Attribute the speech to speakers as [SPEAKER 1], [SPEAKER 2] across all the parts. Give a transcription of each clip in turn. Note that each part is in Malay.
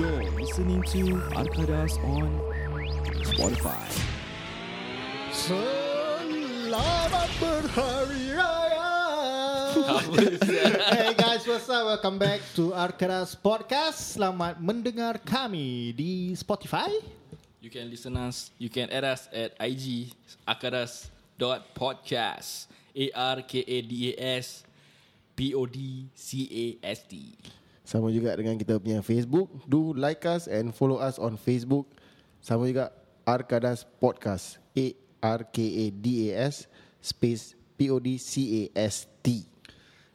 [SPEAKER 1] You're listening to Arkadas on Spotify.
[SPEAKER 2] Selamat berhari raya. hey guys, what's up? Welcome back to Arkadas Podcast. Selamat mendengar kami di Spotify.
[SPEAKER 3] You can listen us. You can add us at IG akadas dot podcast a r k a d a s p o d c a s t.
[SPEAKER 4] Sama juga dengan kita punya Facebook Do like us and follow us on Facebook Sama juga Arkadas Podcast A-R-K-A-D-A-S Space P-O-D-C-A-S-T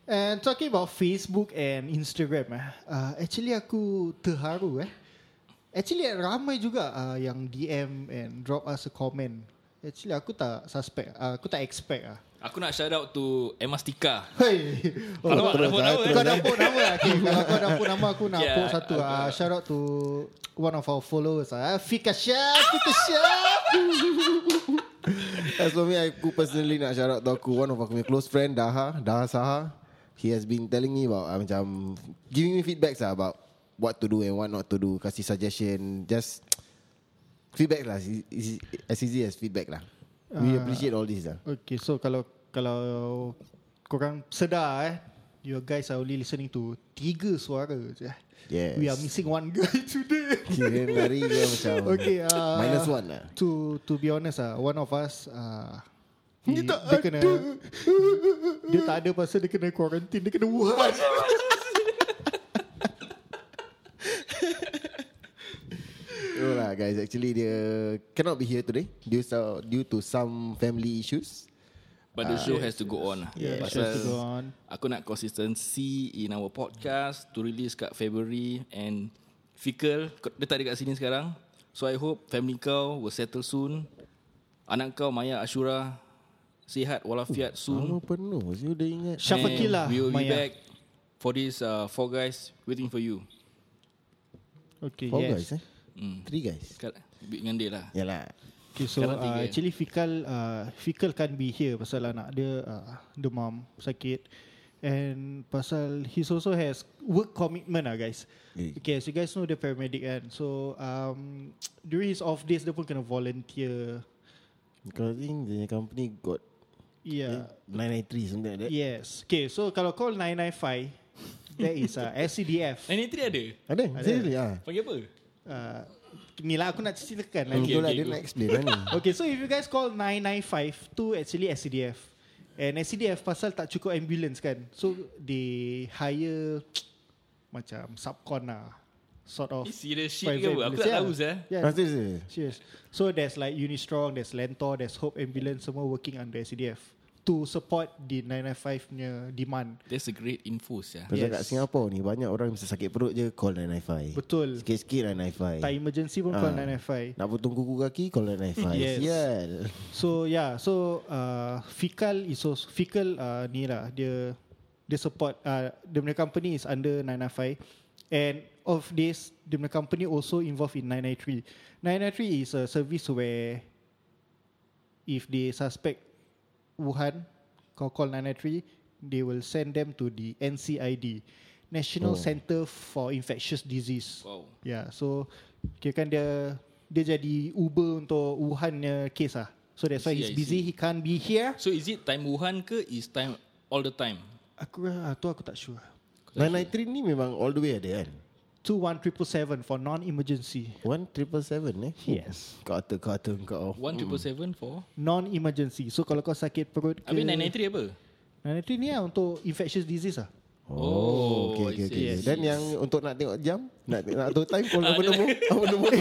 [SPEAKER 2] And talking about Facebook and Instagram eh. Uh, actually aku terharu eh. Actually ramai juga uh, yang DM and drop us a comment. Actually aku tak suspect, uh, aku tak expect ah.
[SPEAKER 3] Aku nak shout out to Emastika.
[SPEAKER 2] Hey. Oh,
[SPEAKER 3] Alamak, dah pun tahu, eh.
[SPEAKER 2] Kau dah put nama lah okay, Kalau kau dah put nama Aku nak
[SPEAKER 4] Ya,
[SPEAKER 3] Okay,
[SPEAKER 2] put
[SPEAKER 3] ah,
[SPEAKER 2] satu
[SPEAKER 3] aku-
[SPEAKER 2] ah. Shout out to One of our followers ah. Fika Syah Fika Syah
[SPEAKER 4] As for me, aku personally nak shout out to aku One of aku punya close friend Daha Daha Saha He has been telling me about uh, Macam Giving me feedbacks lah about What to do and what not to do Kasih suggestion Just Feedback lah It's- it's As easy as feedback lah We appreciate all this lah
[SPEAKER 2] Okay so kalau Kalau Korang sedar eh You guys are only listening to Tiga suara je eh.
[SPEAKER 4] Yes.
[SPEAKER 2] We are missing one guy today
[SPEAKER 4] Kira lari ke macam
[SPEAKER 2] Okay uh,
[SPEAKER 4] Minus one lah
[SPEAKER 2] To to be honest ah, one of us ah dia, tak dia kena dia tak ada pasal dia kena quarantine, dia kena Wuhan.
[SPEAKER 4] No lah guys Actually dia Cannot be here today Due, so, due to some family issues
[SPEAKER 3] But
[SPEAKER 2] Ah,
[SPEAKER 3] the show has to go on. lah.
[SPEAKER 2] Yeah, it
[SPEAKER 3] Pasal
[SPEAKER 2] shows to go on.
[SPEAKER 3] Aku nak consistency in our podcast to release kat February and Fikal kau- dia tak ada kat sini sekarang. So I hope family kau will settle soon. Anak kau Maya Ashura sihat walafiat soon.
[SPEAKER 4] Nama
[SPEAKER 2] Hmm.
[SPEAKER 4] penuh You dah ingat
[SPEAKER 2] Syafakilah
[SPEAKER 3] And We will be
[SPEAKER 2] Maya.
[SPEAKER 3] back for this uh, four guys waiting for you.
[SPEAKER 2] Okay,
[SPEAKER 4] Four
[SPEAKER 2] yes. Hmm.
[SPEAKER 4] guys eh Three guys
[SPEAKER 3] Kal- Dengan dia lah.
[SPEAKER 4] Yalah
[SPEAKER 2] Okay, so
[SPEAKER 3] Sekarang tiga. ya.
[SPEAKER 2] uh, actually Fikal uh, Fikal can be here pasal anak dia uh, demam sakit and pasal he also has work commitment lah guys.
[SPEAKER 4] Eh.
[SPEAKER 2] Okay, so you guys know the paramedic kan. So um, during his off days dia pun kena volunteer.
[SPEAKER 4] Kalau think the company got eh,
[SPEAKER 2] Yeah.
[SPEAKER 4] 993 something like that
[SPEAKER 2] Ya. Yes. Okay, so kalau call 995 that is uh, SCDF.
[SPEAKER 3] Ini three Eh, ada?
[SPEAKER 4] Ada Seriously ah.
[SPEAKER 3] Panggil apa?
[SPEAKER 2] Uh, ni lah aku nak ceritakan lagi.
[SPEAKER 4] Okay,
[SPEAKER 3] Okay,
[SPEAKER 4] lah
[SPEAKER 3] okay,
[SPEAKER 4] dia
[SPEAKER 3] go.
[SPEAKER 4] nak explain lah ni
[SPEAKER 2] Okay, so if you guys call 995 tu actually SCDF. And SCDF pasal tak cukup ambulance kan. So they hire macam subcon lah. Sort of.
[SPEAKER 3] Ni serious shit ke apa? Aku tak tahu sah.
[SPEAKER 2] Yeah.
[SPEAKER 4] Ah, serious, serious.
[SPEAKER 2] Serious. So there's like Unistrong, there's Lentor, there's Hope Ambulance semua working under SCDF to support the 995 punya demand.
[SPEAKER 3] That's a great info sah.
[SPEAKER 4] Pasal
[SPEAKER 2] Yes.
[SPEAKER 4] kat Singapore ni Banyak orang mesti sakit perut je Call 995
[SPEAKER 2] Betul.
[SPEAKER 4] Sikit-sikit
[SPEAKER 2] Tak
[SPEAKER 4] 995
[SPEAKER 2] emergency pun call
[SPEAKER 4] Ah.
[SPEAKER 2] 995.
[SPEAKER 4] Nak potong kuku kaki Call 995
[SPEAKER 2] Yes.
[SPEAKER 4] Sial
[SPEAKER 2] So yeah, so uh, Fikal is also Fikal uh, ni lah dia dia support uh, dia punya company is under 995 and of this dia punya company also involved in 993. 993 is a service where if they suspect Wuhan kau call 993 they will send them to the NCID National oh. Center for Infectious Disease.
[SPEAKER 3] Wow.
[SPEAKER 2] Yeah, Ya, so kira kan dia dia jadi Uber untuk Wuhan punya case lah. So that's
[SPEAKER 3] I
[SPEAKER 2] why
[SPEAKER 3] see, I
[SPEAKER 2] he's busy,
[SPEAKER 3] see.
[SPEAKER 2] he can't be here.
[SPEAKER 3] So is it time Wuhan ke is time all the time?
[SPEAKER 2] Aku ah, tu aku tak sure.
[SPEAKER 4] 993 ni memang all the way ada kan
[SPEAKER 2] 21777 for non-emergency.
[SPEAKER 4] 1777 eh
[SPEAKER 2] Yes.
[SPEAKER 4] Kau atur kau atur kau
[SPEAKER 3] 1777 for?
[SPEAKER 2] Non-emergency. So kalau kau sakit perut ke
[SPEAKER 3] Habis 993 apa?
[SPEAKER 2] 993 ni lah untuk infectious disease lah.
[SPEAKER 3] Oh, I
[SPEAKER 4] okay, okay,
[SPEAKER 3] see, I see.
[SPEAKER 4] okay.
[SPEAKER 3] Ah,
[SPEAKER 4] Dan yang untuk nak tengok jam, nak nak tahu time call apa nombor? Apa nombor?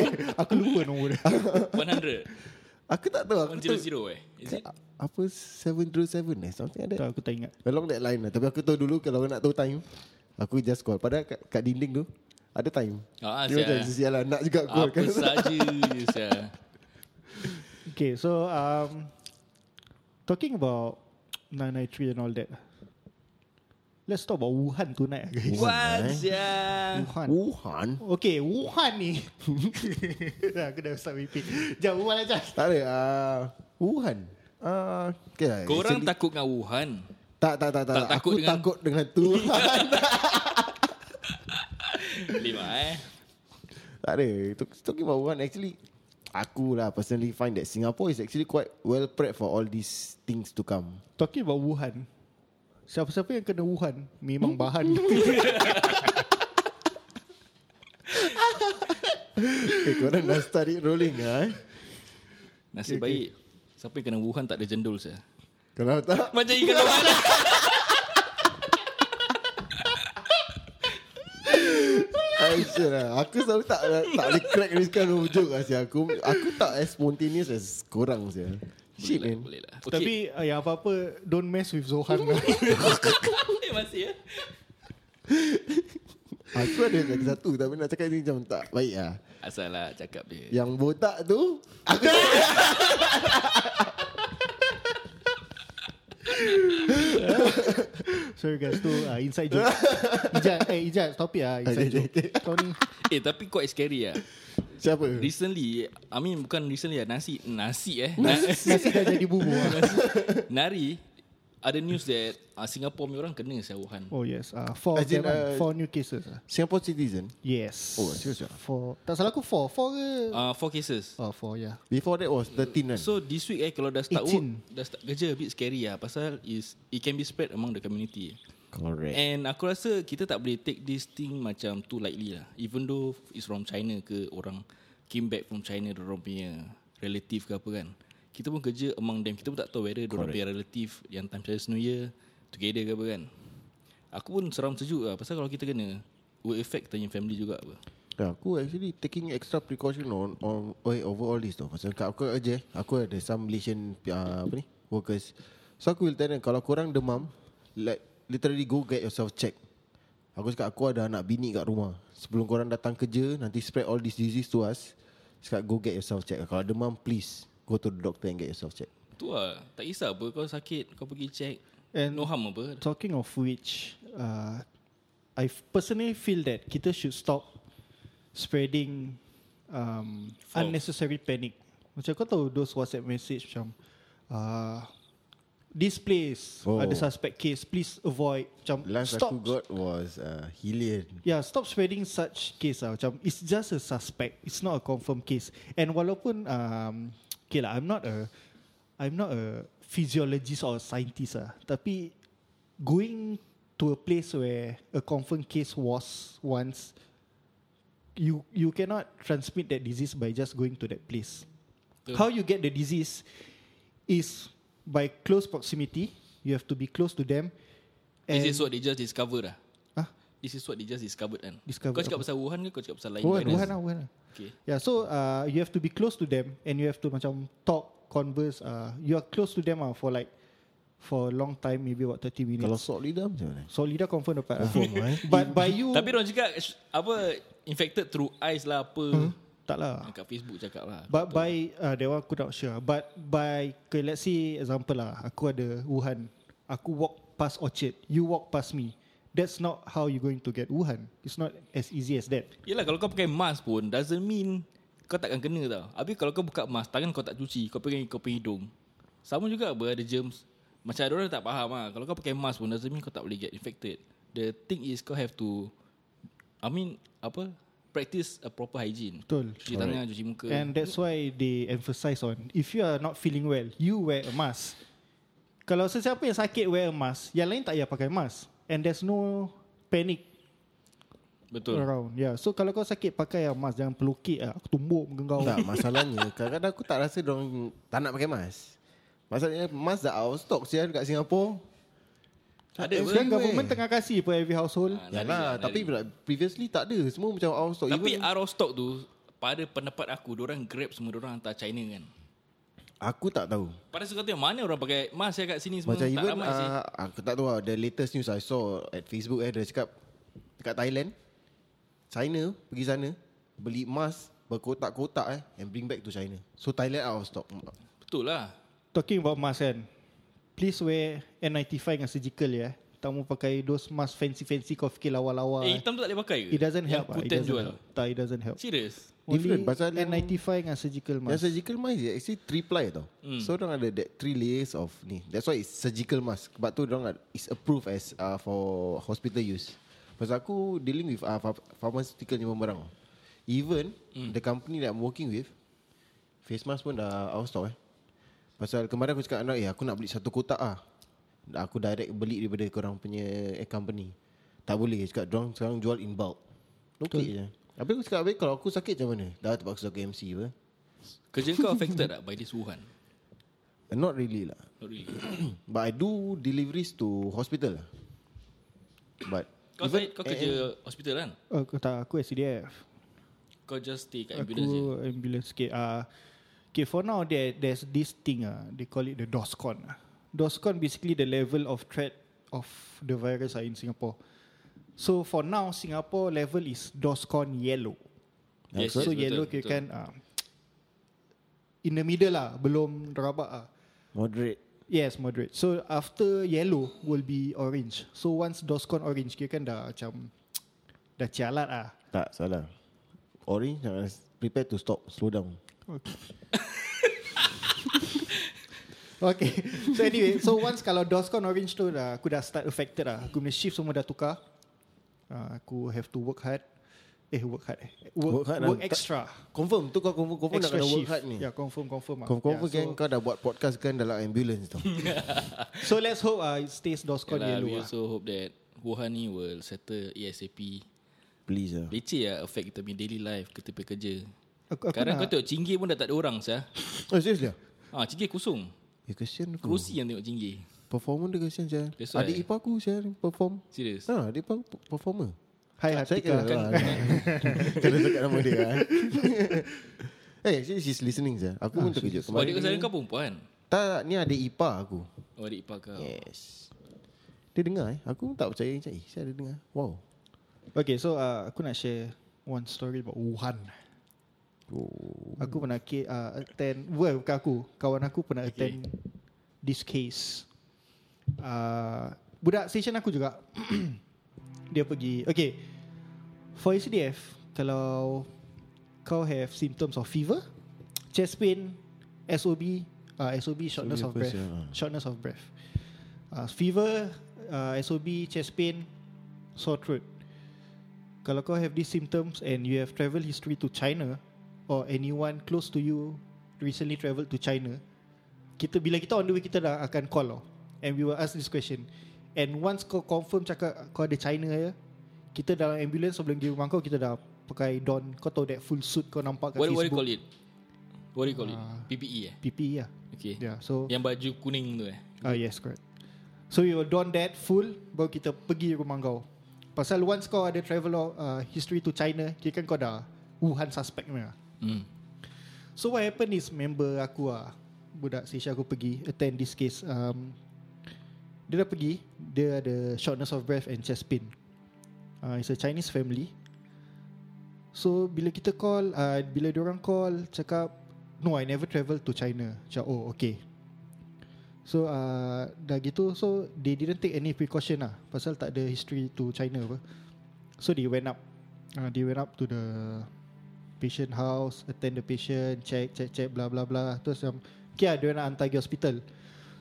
[SPEAKER 2] Aku lupa nombor dia.
[SPEAKER 3] 100?
[SPEAKER 4] Aku tak tahu. Aku tahu
[SPEAKER 3] 100 eh? Is it?
[SPEAKER 4] apa 707 eh something
[SPEAKER 2] tak,
[SPEAKER 4] like that.
[SPEAKER 2] aku tak ingat.
[SPEAKER 4] Along that line lah. Tapi aku tahu dulu kalau nak tahu time, aku just call. Padahal kat, kat dinding tu ada time.
[SPEAKER 3] Ah,
[SPEAKER 4] Dia macam
[SPEAKER 3] sial.
[SPEAKER 4] sial lah nak juga call
[SPEAKER 3] Apa
[SPEAKER 4] kan.
[SPEAKER 3] saja
[SPEAKER 4] eh?
[SPEAKER 3] sah.
[SPEAKER 2] Okay, so um, talking about 993 and all that. Let's talk about Wuhan tonight, guys.
[SPEAKER 3] What sah?
[SPEAKER 2] Wuhan.
[SPEAKER 4] Wuhan.
[SPEAKER 2] Okay, Wuhan ni. dah, aku dah start repeat. Jom, Wuhan aja.
[SPEAKER 4] Tak ada. ah, Wuhan. Ah, okay lah.
[SPEAKER 3] Korang
[SPEAKER 4] Actually-
[SPEAKER 3] takut dengan Wuhan?
[SPEAKER 4] tak tak tak tak.
[SPEAKER 3] tak takut
[SPEAKER 4] aku
[SPEAKER 3] dengan-
[SPEAKER 4] takut dengan Tuhan.
[SPEAKER 3] Lima eh?
[SPEAKER 4] Tak ada. Talk- Talking about Wuhan, actually, aku lah personally find that Singapore is actually quite well prepped for all these things to come.
[SPEAKER 2] Talking about Wuhan. Siapa-siapa yang kena Wuhan memang bahan.
[SPEAKER 4] Eh, korang dah start it rolling lah eh.
[SPEAKER 3] Nasib okay, baik Siapa yang kena Wuhan tak ada jendol saya
[SPEAKER 4] Kalau tak,
[SPEAKER 3] Macam ikan lawan
[SPEAKER 4] I'm sure lah. Aku selalu tak tak boleh crack this kind of joke lah sia. Aku, aku tak as spontaneous as korang sia.
[SPEAKER 3] Boleh
[SPEAKER 4] Shit
[SPEAKER 3] lah,
[SPEAKER 4] man.
[SPEAKER 3] boleh lah. Okay.
[SPEAKER 2] Tapi uh, yang apa-apa don't mess with Zohan lah.
[SPEAKER 3] Eh, masih ya
[SPEAKER 4] Aku ada lagi satu tapi nak cakap ni macam tak baik lah.
[SPEAKER 3] Asal lah cakap dia
[SPEAKER 4] Yang botak tu, aku
[SPEAKER 2] Sorry guys tu uh, inside joke. Ijaz, eh Ijaz stop it ah inside
[SPEAKER 4] Okay,
[SPEAKER 2] joke. Kau ni
[SPEAKER 3] Eh tapi quite scary lah
[SPEAKER 4] siapa?
[SPEAKER 3] Recently I mean bukan recently lah Nasi Nasi eh Nasi,
[SPEAKER 2] nasi dah jadi bubur. ah.
[SPEAKER 3] Nari Ada news that uh, Singapore punya orang kena saya Wuhan
[SPEAKER 2] Oh yes, uh, four
[SPEAKER 4] As in,
[SPEAKER 2] Ajin,
[SPEAKER 4] uh,
[SPEAKER 2] four new cases. ah.
[SPEAKER 4] Singapore citizen.
[SPEAKER 2] Yes.
[SPEAKER 4] Oh, serious ah?
[SPEAKER 2] Four. Tak salah aku four. Four ke?
[SPEAKER 3] uh, Four cases
[SPEAKER 2] Oh, four yeah.
[SPEAKER 4] Before that was 13 kan?
[SPEAKER 3] So this week eh Kalau dah start
[SPEAKER 2] 18.
[SPEAKER 3] work Dah start kerja a bit scary lah Pasal is It can be spread among the community eh.
[SPEAKER 4] Correct.
[SPEAKER 3] And aku rasa Kita tak boleh take this thing Macam too lightly lah Even though It's from China ke Orang Came back from China Diorang punya Relative ke apa kan Kita pun kerja among them Kita pun tak tahu whether Diorang punya relative Yang time Chinese New Year Together ke apa kan Aku pun seram sejuk lah Pasal kalau kita kena Will affect Tanya family juga apa
[SPEAKER 4] Yeah, Kan? aku actually taking extra precaution on, on eh, over all this tau. Macam kat aku kerja, aku ada some Malaysian uh, apa ni, workers. So aku will tell them, kalau korang demam, like literally go get yourself check. Aku cakap aku ada anak bini kat rumah. Sebelum korang datang kerja, nanti spread all this disease to us. Cakap go get yourself check. Kalau demam, please go to the doctor and get yourself check.
[SPEAKER 3] Tu lah Tak kisah apa Kau sakit Kau pergi check
[SPEAKER 2] And-
[SPEAKER 3] No harm apa
[SPEAKER 2] Talking of which, uh, I f- personally feel that kita should stop spreading um,
[SPEAKER 3] False.
[SPEAKER 2] unnecessary panic. Macam kau tahu those WhatsApp message macam uh, this place oh.
[SPEAKER 4] Oh.
[SPEAKER 2] ada suspect case, please avoid. Macam
[SPEAKER 4] Last
[SPEAKER 2] stop.
[SPEAKER 4] aku got was uh, Hillian.
[SPEAKER 2] Yeah, stop spreading such case lah. Macam it's just a suspect. It's not a confirmed case. And walaupun um, okay lah, I'm not a I'm not a physiologist or scientist lah. Tapi going to a place where a confirmed case was once, you you cannot transmit that disease by just going to that place.
[SPEAKER 3] Betul.
[SPEAKER 2] How you get the disease is by close proximity. You have to be close to them.
[SPEAKER 3] This is what they just discover dah
[SPEAKER 2] Huh?
[SPEAKER 3] This is what they just discovered kan
[SPEAKER 2] Discovered
[SPEAKER 3] Kau cakap
[SPEAKER 2] apa?
[SPEAKER 3] pasal Wuhan ke Kau cakap pasal lain
[SPEAKER 2] Wuhan,
[SPEAKER 3] virus?
[SPEAKER 2] Wuhan lah, Wuhan lah.
[SPEAKER 3] Okay
[SPEAKER 2] Yeah, so uh, you have to be close to them and you have to macam talk, converse. Uh, you are close to them uh, for like for a long time, maybe about 30 minutes.
[SPEAKER 4] Kalau sok lidah macam mana?
[SPEAKER 2] so Lida confirm dapat. Confirm, uh. But by you,
[SPEAKER 3] Tapi orang cakap eh, sh- Apa Infected through eyes lah Apa hmm?
[SPEAKER 2] tak lah.
[SPEAKER 3] Kat Facebook cakap lah
[SPEAKER 2] But by uh, that one aku not sure. But by okay, let's say example lah, aku ada Wuhan. Aku walk past Orchard, you walk past me. That's not how you going to get Wuhan. It's not as easy as that.
[SPEAKER 3] Yelah kalau kau pakai mask pun Doesn't mean Kau takkan kena tau Habis kalau kau buka mask Tangan kau tak cuci Kau pegang kau punya hidung Sama juga apa Ada germs Macam ada orang tak faham lah Kalau kau pakai mask pun Doesn't mean kau tak boleh get infected The thing is Kau have to I mean Apa Practice a proper hygiene
[SPEAKER 2] Betul.
[SPEAKER 3] Cuci tangan Cuci muka
[SPEAKER 2] And that's why they emphasize on if you are not feeling well, you wear a mask. Kalau sesiapa yang sakit wear a mask, yang lain tak payah pakai mask. And there's no panic
[SPEAKER 3] Betul
[SPEAKER 2] around. Yeah. So kalau kau sakit pakai a mask, jangan pelukit lah. Aku tumbuk muka kau.
[SPEAKER 4] Tak masalahnya Kadang-kadang aku tak rasa Diorang tak nak pakai mask Masalahnya mask dah out of stock Sia dekat Singapura
[SPEAKER 3] Ada
[SPEAKER 4] Eh,
[SPEAKER 3] apa?
[SPEAKER 2] Sekarang
[SPEAKER 4] anyway.
[SPEAKER 2] government tengah kasih per every household.
[SPEAKER 3] Ah, lari
[SPEAKER 4] Yalah
[SPEAKER 3] lah,
[SPEAKER 4] Tapi
[SPEAKER 3] lari.
[SPEAKER 4] like, previously tak ada Semua macam out of stock
[SPEAKER 3] Tapi
[SPEAKER 4] Even,
[SPEAKER 3] out of stock tu Pada pendapat aku Diorang grab semua Diorang hantar China kan
[SPEAKER 4] Aku tak tahu
[SPEAKER 3] Pada suka tengok Mana orang pakai Mask yang kat sini semua
[SPEAKER 4] Macam
[SPEAKER 3] Tak
[SPEAKER 4] even
[SPEAKER 3] ramai sih
[SPEAKER 2] ah,
[SPEAKER 4] uh, Aku tak tahu lah The latest news I saw At Facebook eh Dia cakap Dekat Thailand China Pergi sana Beli mask Berkotak-kotak eh And bring back to China So Thailand out of stock
[SPEAKER 3] Betul lah
[SPEAKER 2] Talking about mask kan. Please wear N95 dengan surgical ya. Tak mau pakai those mask fancy-fancy kau fikir lawa-lawa.
[SPEAKER 3] Eh hitam tu tak boleh pakai ke?
[SPEAKER 2] ah, It doesn't
[SPEAKER 3] Yang
[SPEAKER 2] help. ah. It
[SPEAKER 3] Kuten
[SPEAKER 2] doesn't
[SPEAKER 3] jual
[SPEAKER 2] help. Tak, it doesn't help.
[SPEAKER 3] Serius
[SPEAKER 4] Different,
[SPEAKER 2] Only
[SPEAKER 4] pasal-
[SPEAKER 2] N95 dengan surgical mask. Hmm.
[SPEAKER 4] Yang surgical mask is actually three ply tau. Mm. So orang ada that three layers of ni. That's why it's surgical mask. Sebab tu orang is approved as uh, for hospital use. Pasal aku dealing with uh, pharmaceutical ni barang. Even
[SPEAKER 2] Hmm.
[SPEAKER 4] mm. the company that I'm working with, face mask pun dah out of stock eh. Pasal kemarin aku cakap anak, eh aku nak beli satu kotak ah. Aku direct beli daripada korang punya eh, company. Tak boleh cakap dorang sekarang jual in bulk. Lokek je. Habis aku cakap, habis kalau aku sakit macam mana? Dah terpaksa aku MC apa?
[SPEAKER 3] Kerja kau affected tak by this Wuhan?
[SPEAKER 4] Not really lah.
[SPEAKER 3] Not really.
[SPEAKER 4] But I do deliveries to hospital lah. But eh,
[SPEAKER 3] Kau, Even,
[SPEAKER 2] eh,
[SPEAKER 3] kau kerja hospital kan?
[SPEAKER 2] Aku tak aku SDF.
[SPEAKER 3] Kau just stay kat ambulance je.
[SPEAKER 2] Aku ambulance sikit. Uh, okay, for now there there's this thing ah. They call it the DOSCON. ah. DOSCON basically the level of threat of the virus ah in Singapore. So for now Singapore level is DOSCON yellow.
[SPEAKER 3] Yes,
[SPEAKER 2] so
[SPEAKER 3] yes, betul,
[SPEAKER 2] yellow
[SPEAKER 3] betul.
[SPEAKER 2] kira kan uh, in the middle lah, belum rabak ah.
[SPEAKER 4] moderate.
[SPEAKER 2] Yes, moderate. So after yellow will be orange. So once DOSCON orange kira kan dah macam dah cialat ah.
[SPEAKER 4] Tak, salah. Orange, uh, prepare to stop, slow down.
[SPEAKER 2] Okay So anyway So once kalau DOSCON orange tu dah, Aku dah start affected lah Aku punya shift semua dah tukar uh, Aku have to work hard Eh work hard eh. Work,
[SPEAKER 4] Work
[SPEAKER 2] work,
[SPEAKER 4] hard
[SPEAKER 2] hard
[SPEAKER 4] lah.
[SPEAKER 2] work extra
[SPEAKER 4] Confirm tu kau confirm, confirm nak
[SPEAKER 2] Extra
[SPEAKER 4] kena
[SPEAKER 2] shift
[SPEAKER 4] work hard ni.
[SPEAKER 2] Yeah confirm confirm lah.
[SPEAKER 4] Kau confirm
[SPEAKER 2] yeah,
[SPEAKER 4] kan kau dah buat podcast kan dalam ambulance tu.
[SPEAKER 2] so, so let's hope uh, It stays DOSCON
[SPEAKER 3] Yalah,
[SPEAKER 2] yellow
[SPEAKER 3] we
[SPEAKER 2] lah
[SPEAKER 3] also hope that Wuhan ni will settle ASAP.
[SPEAKER 4] Please lah.
[SPEAKER 3] Leceh lah affect kita punya daily life, kita punya kerja.
[SPEAKER 2] Aku, aku
[SPEAKER 3] Sekarang
[SPEAKER 2] nak
[SPEAKER 3] kau tengok Cinggir pun dah tak ada orang sah.
[SPEAKER 2] Eh,
[SPEAKER 4] Oh, serius dia?
[SPEAKER 3] Ah, Cinggir kosong.
[SPEAKER 4] Eh, kesian aku.
[SPEAKER 3] Kerusi
[SPEAKER 2] Hmm.
[SPEAKER 3] yang tengok Cinggir.
[SPEAKER 4] Performer dia kesian saya.
[SPEAKER 3] That's why.
[SPEAKER 4] Adik ipar aku saya perform.
[SPEAKER 3] Serius.
[SPEAKER 4] Ha, adik ipar aku performer.
[SPEAKER 2] Hi
[SPEAKER 4] Saya kena
[SPEAKER 2] Hatika
[SPEAKER 4] lah. Kena cakap nama dia. Eh, hey, actually she's listening saya. Aku pun
[SPEAKER 3] Ah,
[SPEAKER 4] terkejut.
[SPEAKER 3] Sebab adik
[SPEAKER 4] Kemarin
[SPEAKER 3] kau sayang kau perempuan.
[SPEAKER 4] Tak, ni adik ipar aku.
[SPEAKER 3] Oh, adik ipar kau.
[SPEAKER 4] Yes. Dia dengar eh. Aku pun tak percaya macam eh. Saya ada dengar. Wow.
[SPEAKER 2] Okay so uh, Aku nak share One story about Wuhan
[SPEAKER 4] Oh.
[SPEAKER 2] Aku pernah ke, uh, attend well, Bukan aku Kawan aku pernah attend This case uh, Budak station aku juga Dia pergi Okay For SDF Kalau Kau have symptoms of fever Chest pain SOB uh, SOB shortness
[SPEAKER 4] So,
[SPEAKER 2] of
[SPEAKER 4] apa
[SPEAKER 2] breath
[SPEAKER 4] sia?
[SPEAKER 2] Shortness of breath uh, Fever uh, SOB Chest pain Sore throat Kalau kau have these symptoms And you have travel history to China Or anyone close to you Recently traveled to China kita bila kita on the way kita dah akan call tau. And we will ask this question. And once kau confirm cakap kau ada China ya, kita dalam ambulance sebelum pergi rumah kau kita dah pakai don. Kau tahu that full suit kau nampak kat
[SPEAKER 3] What, what do you
[SPEAKER 2] Facebook.
[SPEAKER 3] call it? What do you call it? PPE eh?
[SPEAKER 2] PPE lah.
[SPEAKER 3] Okay.
[SPEAKER 2] Yeah, so
[SPEAKER 3] Yang baju kuning tu eh?
[SPEAKER 2] Ah yes, correct. So you will don that full baru kita pergi rumah kau. Pasal once kau ada travel uh, history to China, kira kan kau dah Wuhan suspect punya.
[SPEAKER 3] Hmm.
[SPEAKER 2] So what happened is member aku ah budak Sisha aku pergi attend this case. Um, dia dah pergi, dia ada shortness of breath and chest pain. Uh, it's a Chinese family. So bila kita call, uh, bila diorang call cakap no I never travel to China. Cakap oh okay. So uh, dah gitu so they didn't take any precaution lah pasal tak ada history to China apa. So they went up uh, they went up to the patient house, attend the patient, check check check bla bla bla. Terus macam okay lah, dia nak hantar pergi hospital.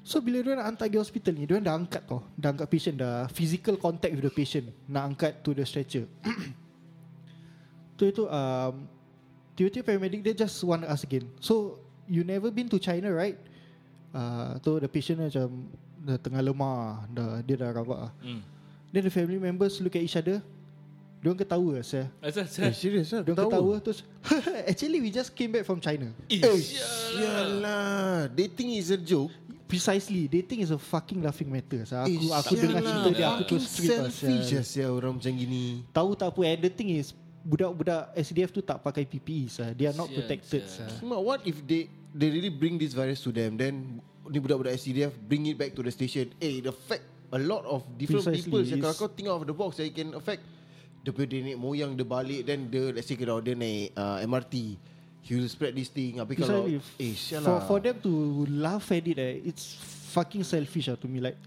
[SPEAKER 2] So bila dia nak hantar pergi hospital ni, dia dah angkat tau. Dah angkat patient dah physical contact with the patient. Nak angkat to the stretcher. tu itu um, tiba-tiba paramedic dia just want to ask again. So you never been to China right? Uh, tu the patient dia macam dah tengah lemah, dah dia dah rabak ah.
[SPEAKER 3] Hmm.
[SPEAKER 2] Then the family members look at each other. Dia orang ketawa lah, saya.
[SPEAKER 3] Asal,
[SPEAKER 4] Eh,
[SPEAKER 3] asal.
[SPEAKER 4] serius lah.
[SPEAKER 2] Dia orang ketawa terus Actually we just came back from China
[SPEAKER 3] Eh,
[SPEAKER 4] Eh,
[SPEAKER 3] sialah.
[SPEAKER 4] sialah. Dating is a joke.
[SPEAKER 2] Precisely Dating is a fucking laughing matter so,
[SPEAKER 4] Eh,
[SPEAKER 2] Aku aku
[SPEAKER 4] sialah.
[SPEAKER 2] dengar cerita dia Aku
[SPEAKER 4] Fucking
[SPEAKER 2] terus strip lah
[SPEAKER 4] Selfish
[SPEAKER 2] sia.
[SPEAKER 4] lah sia orang macam gini.
[SPEAKER 2] Tahu tak apa And the thing is Budak-budak SDF tu tak pakai PPE sah. They are not
[SPEAKER 3] Sial,
[SPEAKER 2] protected
[SPEAKER 3] sial.
[SPEAKER 2] sah.
[SPEAKER 4] Cuma what if they they really bring this virus to them then ni budak-budak SDF bring it back to the station. Eh, the fact a lot of different
[SPEAKER 2] Precisely,
[SPEAKER 4] people sia, kalau
[SPEAKER 2] it's-
[SPEAKER 4] kau think out of the box it can affect dia punya dia naik moyang dia balik then dia let's say kalau dia naik uh, MRT he will spread this thing tapi kalau
[SPEAKER 2] Precisely for,
[SPEAKER 4] eh sialah
[SPEAKER 2] for them to laugh at it eh, It's fucking selfish lah to me Like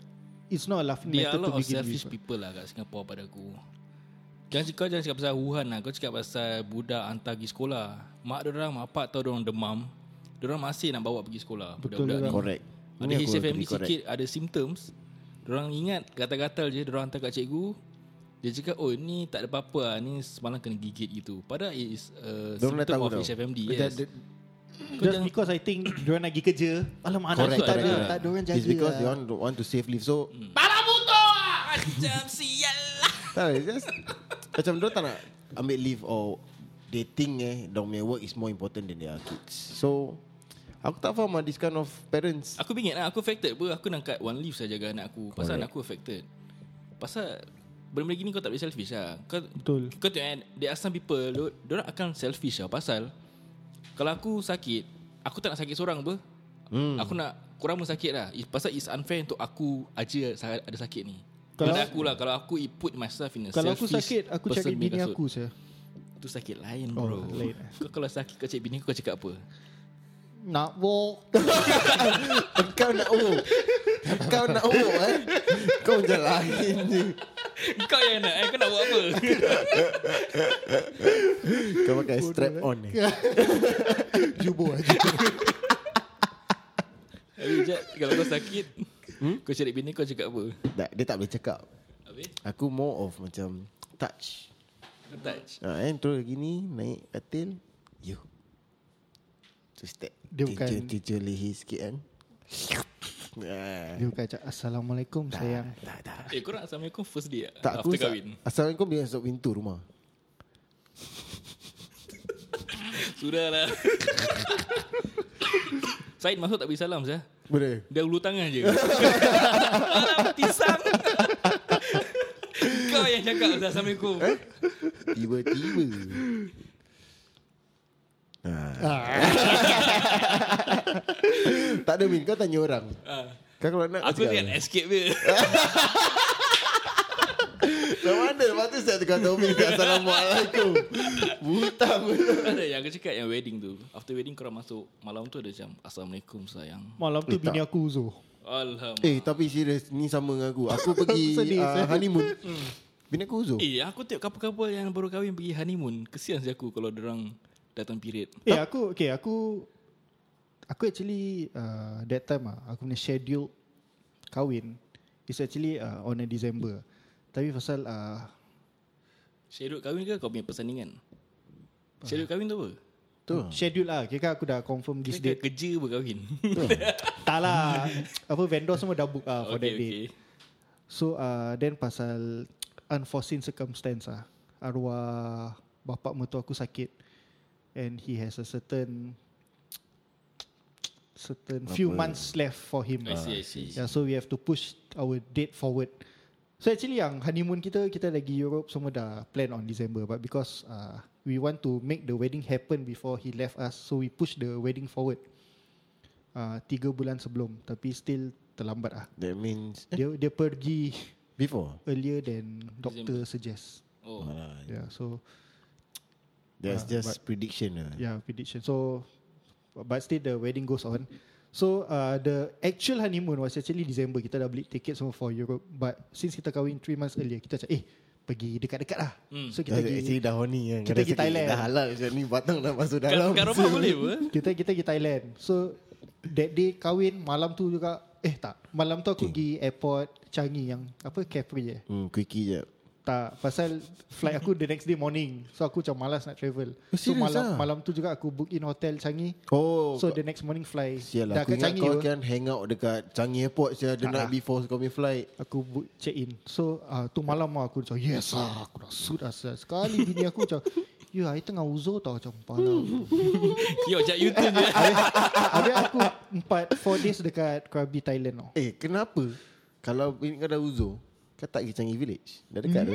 [SPEAKER 2] It's not a laughing
[SPEAKER 3] There are a
[SPEAKER 2] matter to
[SPEAKER 3] lot of
[SPEAKER 2] begin
[SPEAKER 3] selfish
[SPEAKER 2] with
[SPEAKER 3] people lah kat Singapore pada aku. Jangan cakap, jangan cakap pasal Wuhan lah. Kau cakap pasal budak hantar pergi sekolah. Mak orang, mak pak tahu orang demam. Orang masih nak bawa pergi sekolah.
[SPEAKER 2] Betul
[SPEAKER 3] budak-budak
[SPEAKER 2] juga.
[SPEAKER 3] ni.
[SPEAKER 4] correct.
[SPEAKER 3] Ada Haitian family sikit Ada symptoms Diorang ingat Gatal-gatal je Diorang hantar kat cikgu Dia cakap oh ni tak ada apa-apa lah. Ni semalam kena gigit gitu Padahal it is a
[SPEAKER 4] Diorang
[SPEAKER 3] symptom
[SPEAKER 4] dah tahu
[SPEAKER 3] of
[SPEAKER 4] tau.
[SPEAKER 3] HFMD
[SPEAKER 4] Dia-
[SPEAKER 3] yes.
[SPEAKER 4] dia-
[SPEAKER 2] Just because I think Diorang nak pergi kerja Alam anak
[SPEAKER 4] Correct,
[SPEAKER 2] aku tak
[SPEAKER 4] correct,
[SPEAKER 2] ada
[SPEAKER 4] correct.
[SPEAKER 2] Tak ada orang jaga
[SPEAKER 4] It's because they
[SPEAKER 2] lah.
[SPEAKER 4] want, want to save lives
[SPEAKER 3] Hmm.
[SPEAKER 4] So
[SPEAKER 3] Macam sial lah
[SPEAKER 4] Tak lah, it's just Macam dia tak nak ambil leave or They think eh Dia punya work is more important than their kids So Aku tak faham lah this kind of parents
[SPEAKER 3] Aku bingit lah Aku affected pun Aku nak cut one leaf saja jaga anak aku Pasal anak aku affected Pasal Benda-benda gini kau tak boleh selfish lah kau,
[SPEAKER 2] Betul.
[SPEAKER 3] Kau tengok kan There are some people lo- Diorang akan selfish lah Pasal Kalau aku sakit Aku tak nak sakit seorang apa hmm. Aku nak Korang pun sakit lah It- Pasal it's unfair Untuk aku Aja sa- ada sakit ni
[SPEAKER 2] Kalau-
[SPEAKER 3] kalau aku lah Kalau aku it put myself in a
[SPEAKER 2] Kalau aku
[SPEAKER 3] selfish
[SPEAKER 2] sakit Aku
[SPEAKER 3] person
[SPEAKER 2] cari
[SPEAKER 3] punya
[SPEAKER 2] bini
[SPEAKER 3] kasut.
[SPEAKER 2] aku saya.
[SPEAKER 3] Tu sakit lain bro oh, lain.
[SPEAKER 2] lain.
[SPEAKER 3] Kau kalau sakit kau cari bini kau cakap apa
[SPEAKER 2] Nak walk
[SPEAKER 4] Kau nak oh Kau nak oh eh Kau macam lain je
[SPEAKER 3] Kau yang nak eh Kau nak buat apa
[SPEAKER 4] Kau pakai strap on eh
[SPEAKER 2] Jubo aja
[SPEAKER 3] Habis Jad, Kalau kau sakit hmm? Kau cari bini kau cakap apa
[SPEAKER 4] tak, Dia tak boleh cakap
[SPEAKER 3] Habis
[SPEAKER 4] Aku more of macam Touch
[SPEAKER 3] Kau touch
[SPEAKER 4] ha, eh, Terus gini Naik katil You Tu step
[SPEAKER 2] Dia bukan-
[SPEAKER 4] Keja leher sikit kan Ah.
[SPEAKER 2] Dia bukan cakap Assalamualaikum sayang
[SPEAKER 4] Tak tak
[SPEAKER 3] Eh korang Assalamualaikum first day
[SPEAKER 4] Tak aku
[SPEAKER 3] After
[SPEAKER 4] sa-
[SPEAKER 3] kahwin
[SPEAKER 4] Assalamualaikum bila masuk pintu rumah
[SPEAKER 3] Sudah lah Said masuk tak beri salam sah
[SPEAKER 4] Boleh
[SPEAKER 3] Dia ulu tangan je Alam pisang Kau yang cakap Ustaz Assalamualaikum
[SPEAKER 2] Eh?
[SPEAKER 4] Tiba-tiba Ah. Tak ada Min Kau tanya orang
[SPEAKER 3] Ah.
[SPEAKER 4] Kau kalau nak
[SPEAKER 3] Aku
[SPEAKER 4] cakap
[SPEAKER 3] ingat escape
[SPEAKER 2] Eh?
[SPEAKER 3] dia
[SPEAKER 4] Dah mana Lepas tu saya tukar Tommy Assalamualaikum Buta pun
[SPEAKER 3] Ada yang aku cakap yang wedding tu After wedding korang masuk Malam tu ada macam Assalamualaikum sayang
[SPEAKER 2] Malam tu
[SPEAKER 4] Eh, tak.
[SPEAKER 2] bini aku uzuh
[SPEAKER 3] Alhamdulillah
[SPEAKER 4] Eh tapi serius Ni sama dengan aku Aku pergi
[SPEAKER 2] Sedih,
[SPEAKER 4] uh,
[SPEAKER 2] saya.
[SPEAKER 4] honeymoon Bina aku uzur
[SPEAKER 3] Hmm. Eh, aku tengok couple-couple yang baru kahwin pergi honeymoon. Kesian sih aku kalau orang datang period.
[SPEAKER 2] Eh aku Okay aku Aku actually uh, That time ah Aku punya schedule Kahwin Is actually uh, On a December Tapi pasal uh,
[SPEAKER 3] Schedule kahwin ke kau punya persandingan? Schedule kahwin tu apa?
[SPEAKER 4] Tu
[SPEAKER 2] Schedule lah Kira aku dah confirm this
[SPEAKER 3] Dia
[SPEAKER 2] date
[SPEAKER 3] kerja berkahwin.
[SPEAKER 2] Tak lah Apa vendor semua dah book ah For
[SPEAKER 3] okay,
[SPEAKER 2] that date
[SPEAKER 3] okay.
[SPEAKER 2] So uh, then pasal unforeseen circumstance ah. Arwah bapak mertua aku sakit and he has a certain certain Apa? few months left for him.
[SPEAKER 3] I see, I see.
[SPEAKER 2] Yeah, so we have to push our date forward. So actually yang honeymoon kita kita lagi Europe semua dah plan on December but because uh, we want to make the wedding happen before he left us so we push the wedding forward. Uh, tiga bulan sebelum tapi still terlambat ah.
[SPEAKER 4] That means
[SPEAKER 2] Dia dia pergi
[SPEAKER 4] Before
[SPEAKER 2] earlier than doctor suggest.
[SPEAKER 3] Oh,
[SPEAKER 4] Alah,
[SPEAKER 2] Yeah, so
[SPEAKER 4] That's just prediction lah.
[SPEAKER 2] yeah, prediction. So but still the wedding goes on. So uh, the actual honeymoon was actually December. Kita dah beli tiket semua for Europe. But since kita kahwin 3 months earlier, kita cakap eh pergi dekat-dekat lah. Mm. So kita
[SPEAKER 4] Kita actually
[SPEAKER 2] pergi
[SPEAKER 4] dah horny kan
[SPEAKER 2] kita
[SPEAKER 4] Kadang
[SPEAKER 2] pergi
[SPEAKER 4] sakit,
[SPEAKER 2] Thailand.
[SPEAKER 4] Dah halal macam ni Batang dah masuk
[SPEAKER 3] kat,
[SPEAKER 4] dalam
[SPEAKER 3] kat rumah boleh apa?
[SPEAKER 2] kita kita pergi Thailand. So that day kahwin malam tu juga eh tak. Malam tu aku pergi airport Changi yang apa Capri eh.
[SPEAKER 4] Hmm quickie je
[SPEAKER 2] Tak Pasal Flight aku the next day morning So aku macam malas nak travel
[SPEAKER 4] Oh,
[SPEAKER 2] So
[SPEAKER 4] serious
[SPEAKER 2] malam
[SPEAKER 4] ah?
[SPEAKER 2] malam tu juga Aku book in hotel Changi
[SPEAKER 4] Oh
[SPEAKER 2] So the next morning fly
[SPEAKER 4] Sial
[SPEAKER 2] Dah kat
[SPEAKER 4] aku ingat
[SPEAKER 2] Changi
[SPEAKER 4] kau
[SPEAKER 2] apa.
[SPEAKER 4] kan hang out dekat Changi Airport sial the
[SPEAKER 2] Tak
[SPEAKER 4] night
[SPEAKER 2] lah.
[SPEAKER 4] before kau punya flight.
[SPEAKER 2] Aku book check in So uh, tu malam lah aku macam Yes lah Aku dah suit asal Sekali bini aku macam Ya, I tengah uzur tau macam pala.
[SPEAKER 3] Yo, cak YouTube je.
[SPEAKER 2] Habis aku empat, four days dekat Krabi, Thailand tau.
[SPEAKER 4] Eh kenapa? Kalau ini kau dah uzur, kau tak pergi Changi Village. Dah dekat tu.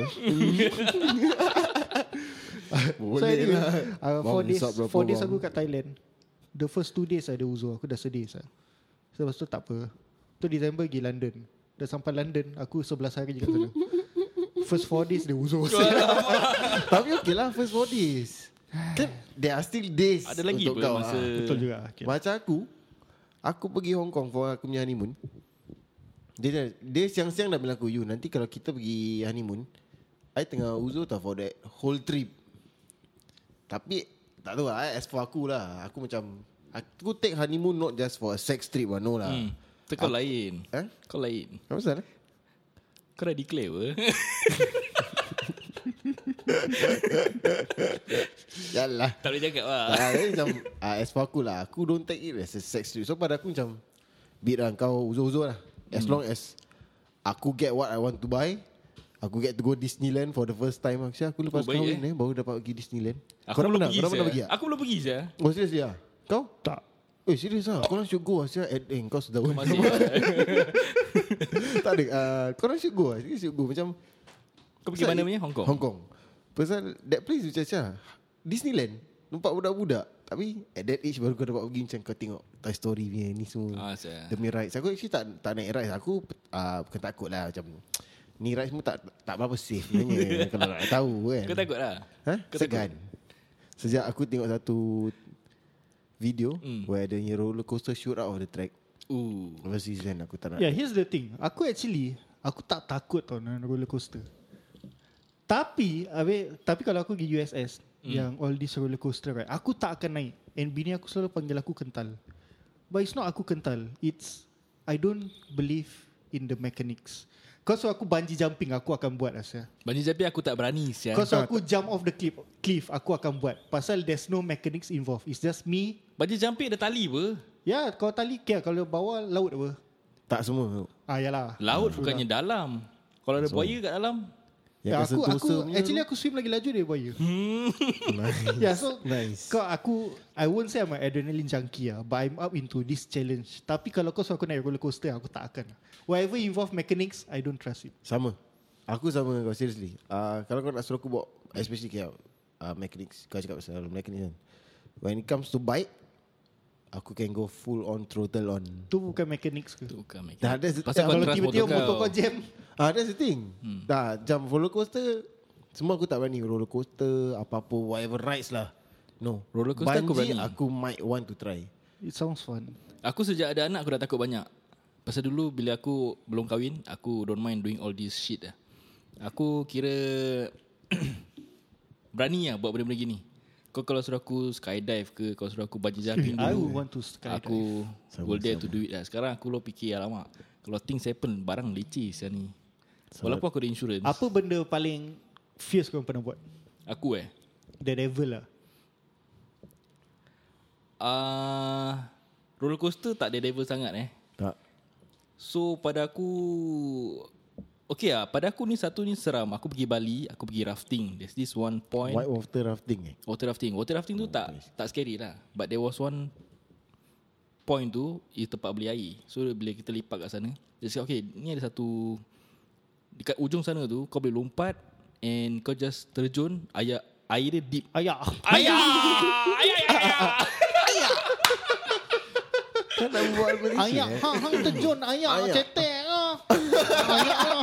[SPEAKER 4] Boleh
[SPEAKER 2] so anyway,
[SPEAKER 4] lah.
[SPEAKER 2] uh,
[SPEAKER 4] Bang,
[SPEAKER 2] four days,
[SPEAKER 4] hisap berapa,
[SPEAKER 2] four days
[SPEAKER 4] bang?
[SPEAKER 2] aku kat Thailand. The first two days ada uzur. Aku dah sedih. Sah. So, lepas tu tak apa. Tu December pergi London. Dah sampai London, aku 11 hari je kat sana. First four days dia uzur.
[SPEAKER 4] Tapi okey lah first four days. Kan there are still days
[SPEAKER 3] Ada lagi
[SPEAKER 4] untuk
[SPEAKER 3] apa
[SPEAKER 4] kau.
[SPEAKER 3] masa
[SPEAKER 4] ah.
[SPEAKER 2] Betul juga. Okay.
[SPEAKER 4] Macam aku Aku pergi Hong Kong For aku punya honeymoon Dia dah, dia siang-siang dah bilang aku You nanti kalau kita pergi honeymoon I tengah uzur tau for that whole trip Tapi Tak tahu lah As for aku lah Aku macam Aku take honeymoon Not just for a sex trip lah No lah
[SPEAKER 3] Hmm.
[SPEAKER 4] hmm.
[SPEAKER 3] Tu kau lain.
[SPEAKER 4] Eh?
[SPEAKER 3] Kau lain.
[SPEAKER 4] Apa pasal eh?
[SPEAKER 3] Kau dah declare apa?
[SPEAKER 4] Yalah
[SPEAKER 3] Tak boleh cakap lah
[SPEAKER 4] Ah, Jadi macam ah, As for aku lah Aku don't take it as a sex trip So pada aku macam Beat lah kau uzur-uzur lah As
[SPEAKER 3] Hmm.
[SPEAKER 4] long as Aku get what I want to buy Aku get to go Disneyland For the first time Actually aku
[SPEAKER 3] Oh,
[SPEAKER 4] lepas
[SPEAKER 3] baik,
[SPEAKER 4] kahwin
[SPEAKER 3] eh.
[SPEAKER 4] eh. Baru dapat pergi Disneyland
[SPEAKER 3] Aku belum
[SPEAKER 4] pernah
[SPEAKER 3] pergi saya.
[SPEAKER 4] Korang pernah pergi ah. tak?
[SPEAKER 3] Aku belum pergi ah. saya
[SPEAKER 4] Oh serius ya? Kau?
[SPEAKER 2] Tak.
[SPEAKER 4] Eh serius lah Korang should go lah Sia eh, eh, kau sudah
[SPEAKER 3] Masih
[SPEAKER 4] Tak ada uh, Korang should go lah Serius should go Macam
[SPEAKER 3] Kau pergi mana punya Hong Kong
[SPEAKER 4] Hong Kong Pasal that place macam macam Disneyland Nampak budak-budak Tapi at that age baru kau dapat pergi Macam kau tengok Toy Story punya ni semua
[SPEAKER 3] Ah, saya.
[SPEAKER 4] The punya rides Aku actually tak, tak naik rides Aku uh, bukan takut lah Macam Ni rides semua tak tak berapa safe sebenarnya Kalau nak tahu kan
[SPEAKER 3] Kau takut lah
[SPEAKER 4] Ha?
[SPEAKER 3] Kau
[SPEAKER 4] Segan Sejak aku tengok satu Video
[SPEAKER 3] Hmm.
[SPEAKER 4] mm. Where the roller coaster shoot out of the track
[SPEAKER 3] Ooh.
[SPEAKER 4] Lepas tu then aku tak nak
[SPEAKER 3] Ya.
[SPEAKER 2] Yeah, here's the thing. Aku actually aku tak takut tau dengan roller coaster. Tapi, abe, tapi kalau aku pergi USS
[SPEAKER 3] Hmm.
[SPEAKER 2] mm. yang all this roller coaster right, aku tak akan naik. And bini aku selalu panggil aku kental. But it's not aku kental. It's I don't believe in the mechanics. Kau suruh aku bungee jumping aku akan buat asal.
[SPEAKER 3] Banjir Japi aku Ya, tak berani saya.
[SPEAKER 2] Kau suruh aku jump off the cliff, cliff aku akan buat. Pasal there's no mechanics involved. It's just me.
[SPEAKER 3] Banjir Japi ada tali apa?
[SPEAKER 2] Ya, yeah, kau tali care kalau bawah laut apa.
[SPEAKER 4] Tak semua
[SPEAKER 2] Ah, yalah.
[SPEAKER 3] Laut bukannya dalam. Kalau ada buaya kat dalam.
[SPEAKER 2] Ya, aku
[SPEAKER 4] kat Sentosa
[SPEAKER 2] aku
[SPEAKER 4] punya
[SPEAKER 2] actually
[SPEAKER 4] tu.
[SPEAKER 2] aku swim lagi laju daripada you.
[SPEAKER 4] Nice.
[SPEAKER 2] yeah, so
[SPEAKER 4] Nice.
[SPEAKER 2] kau aku I won't say I'm an adrenaline junkie ah, but I'm up into this challenge. Tapi kalau kau suruh aku naik roller coaster aku tak akan. Whatever involve mechanics, I don't trust it.
[SPEAKER 4] Sama. Aku sama dengan kau seriously. Uh, kalau kau nak suruh aku bawa especially kayak uh, mechanics kau cakap pasal mechanics kan. When it comes to bike aku can go full on throttle on.
[SPEAKER 2] Tu bukan mechanics ke?
[SPEAKER 3] Tu bukan mechanic.
[SPEAKER 4] Dah, that's-
[SPEAKER 3] Pasal
[SPEAKER 2] Ya,
[SPEAKER 3] kau
[SPEAKER 2] kalau
[SPEAKER 3] trust
[SPEAKER 2] tiba-tiba
[SPEAKER 3] motor
[SPEAKER 2] motor kau jam
[SPEAKER 4] Ah that's the thing. Hmm. Dah jump roller coaster semua aku tak berani roller coaster apa-apa whatever rides lah. No,
[SPEAKER 3] Roller coaster aku
[SPEAKER 4] Bungee,
[SPEAKER 3] berani.
[SPEAKER 4] aku might want to try.
[SPEAKER 2] It sounds fun
[SPEAKER 3] Aku sejak ada anak aku dah takut banyak. Pasal dulu bila aku belum kahwin, aku don't mind doing all this shit lah. Aku kira berani lah buat benda-benda gini. Kau kalau suruh aku skydive ke, kau suruh aku bungee jumping
[SPEAKER 2] Hmm, I
[SPEAKER 3] dulu.
[SPEAKER 2] would want to skydive.
[SPEAKER 3] Aku will dare to do it lah. Sekarang aku lo fikir alamak. Kalau things happen, barang leceh sial ni. Walaupun aku ada insurance.
[SPEAKER 2] Apa benda paling Fierce kau pernah buat
[SPEAKER 3] Aku eh.
[SPEAKER 2] The devil lah
[SPEAKER 3] Uh, roller coaster tak ada level sangat eh.
[SPEAKER 4] Tak.
[SPEAKER 3] So pada aku Okay lah Pada aku ni satu ni seram Aku pergi Bali Aku pergi rafting There's this one point
[SPEAKER 4] White water rafting eh.
[SPEAKER 3] Water rafting Water rafting tu tak Tak scary lah But there was one Point tu Is tempat beli air So bila kita lipat kat sana Dia cakap okay Ni ada satu Dekat ujung sana tu Kau boleh lompat And kau just terjun Air, air dia deep
[SPEAKER 2] Ayah
[SPEAKER 3] Ayah Ayah Ayah, ayah.
[SPEAKER 4] Kan tak buat Malaysia.
[SPEAKER 3] Eh,
[SPEAKER 2] Ayah Hang ha, hang terjun Ayah
[SPEAKER 4] Ayak.
[SPEAKER 2] cetek ah. Ayah ah.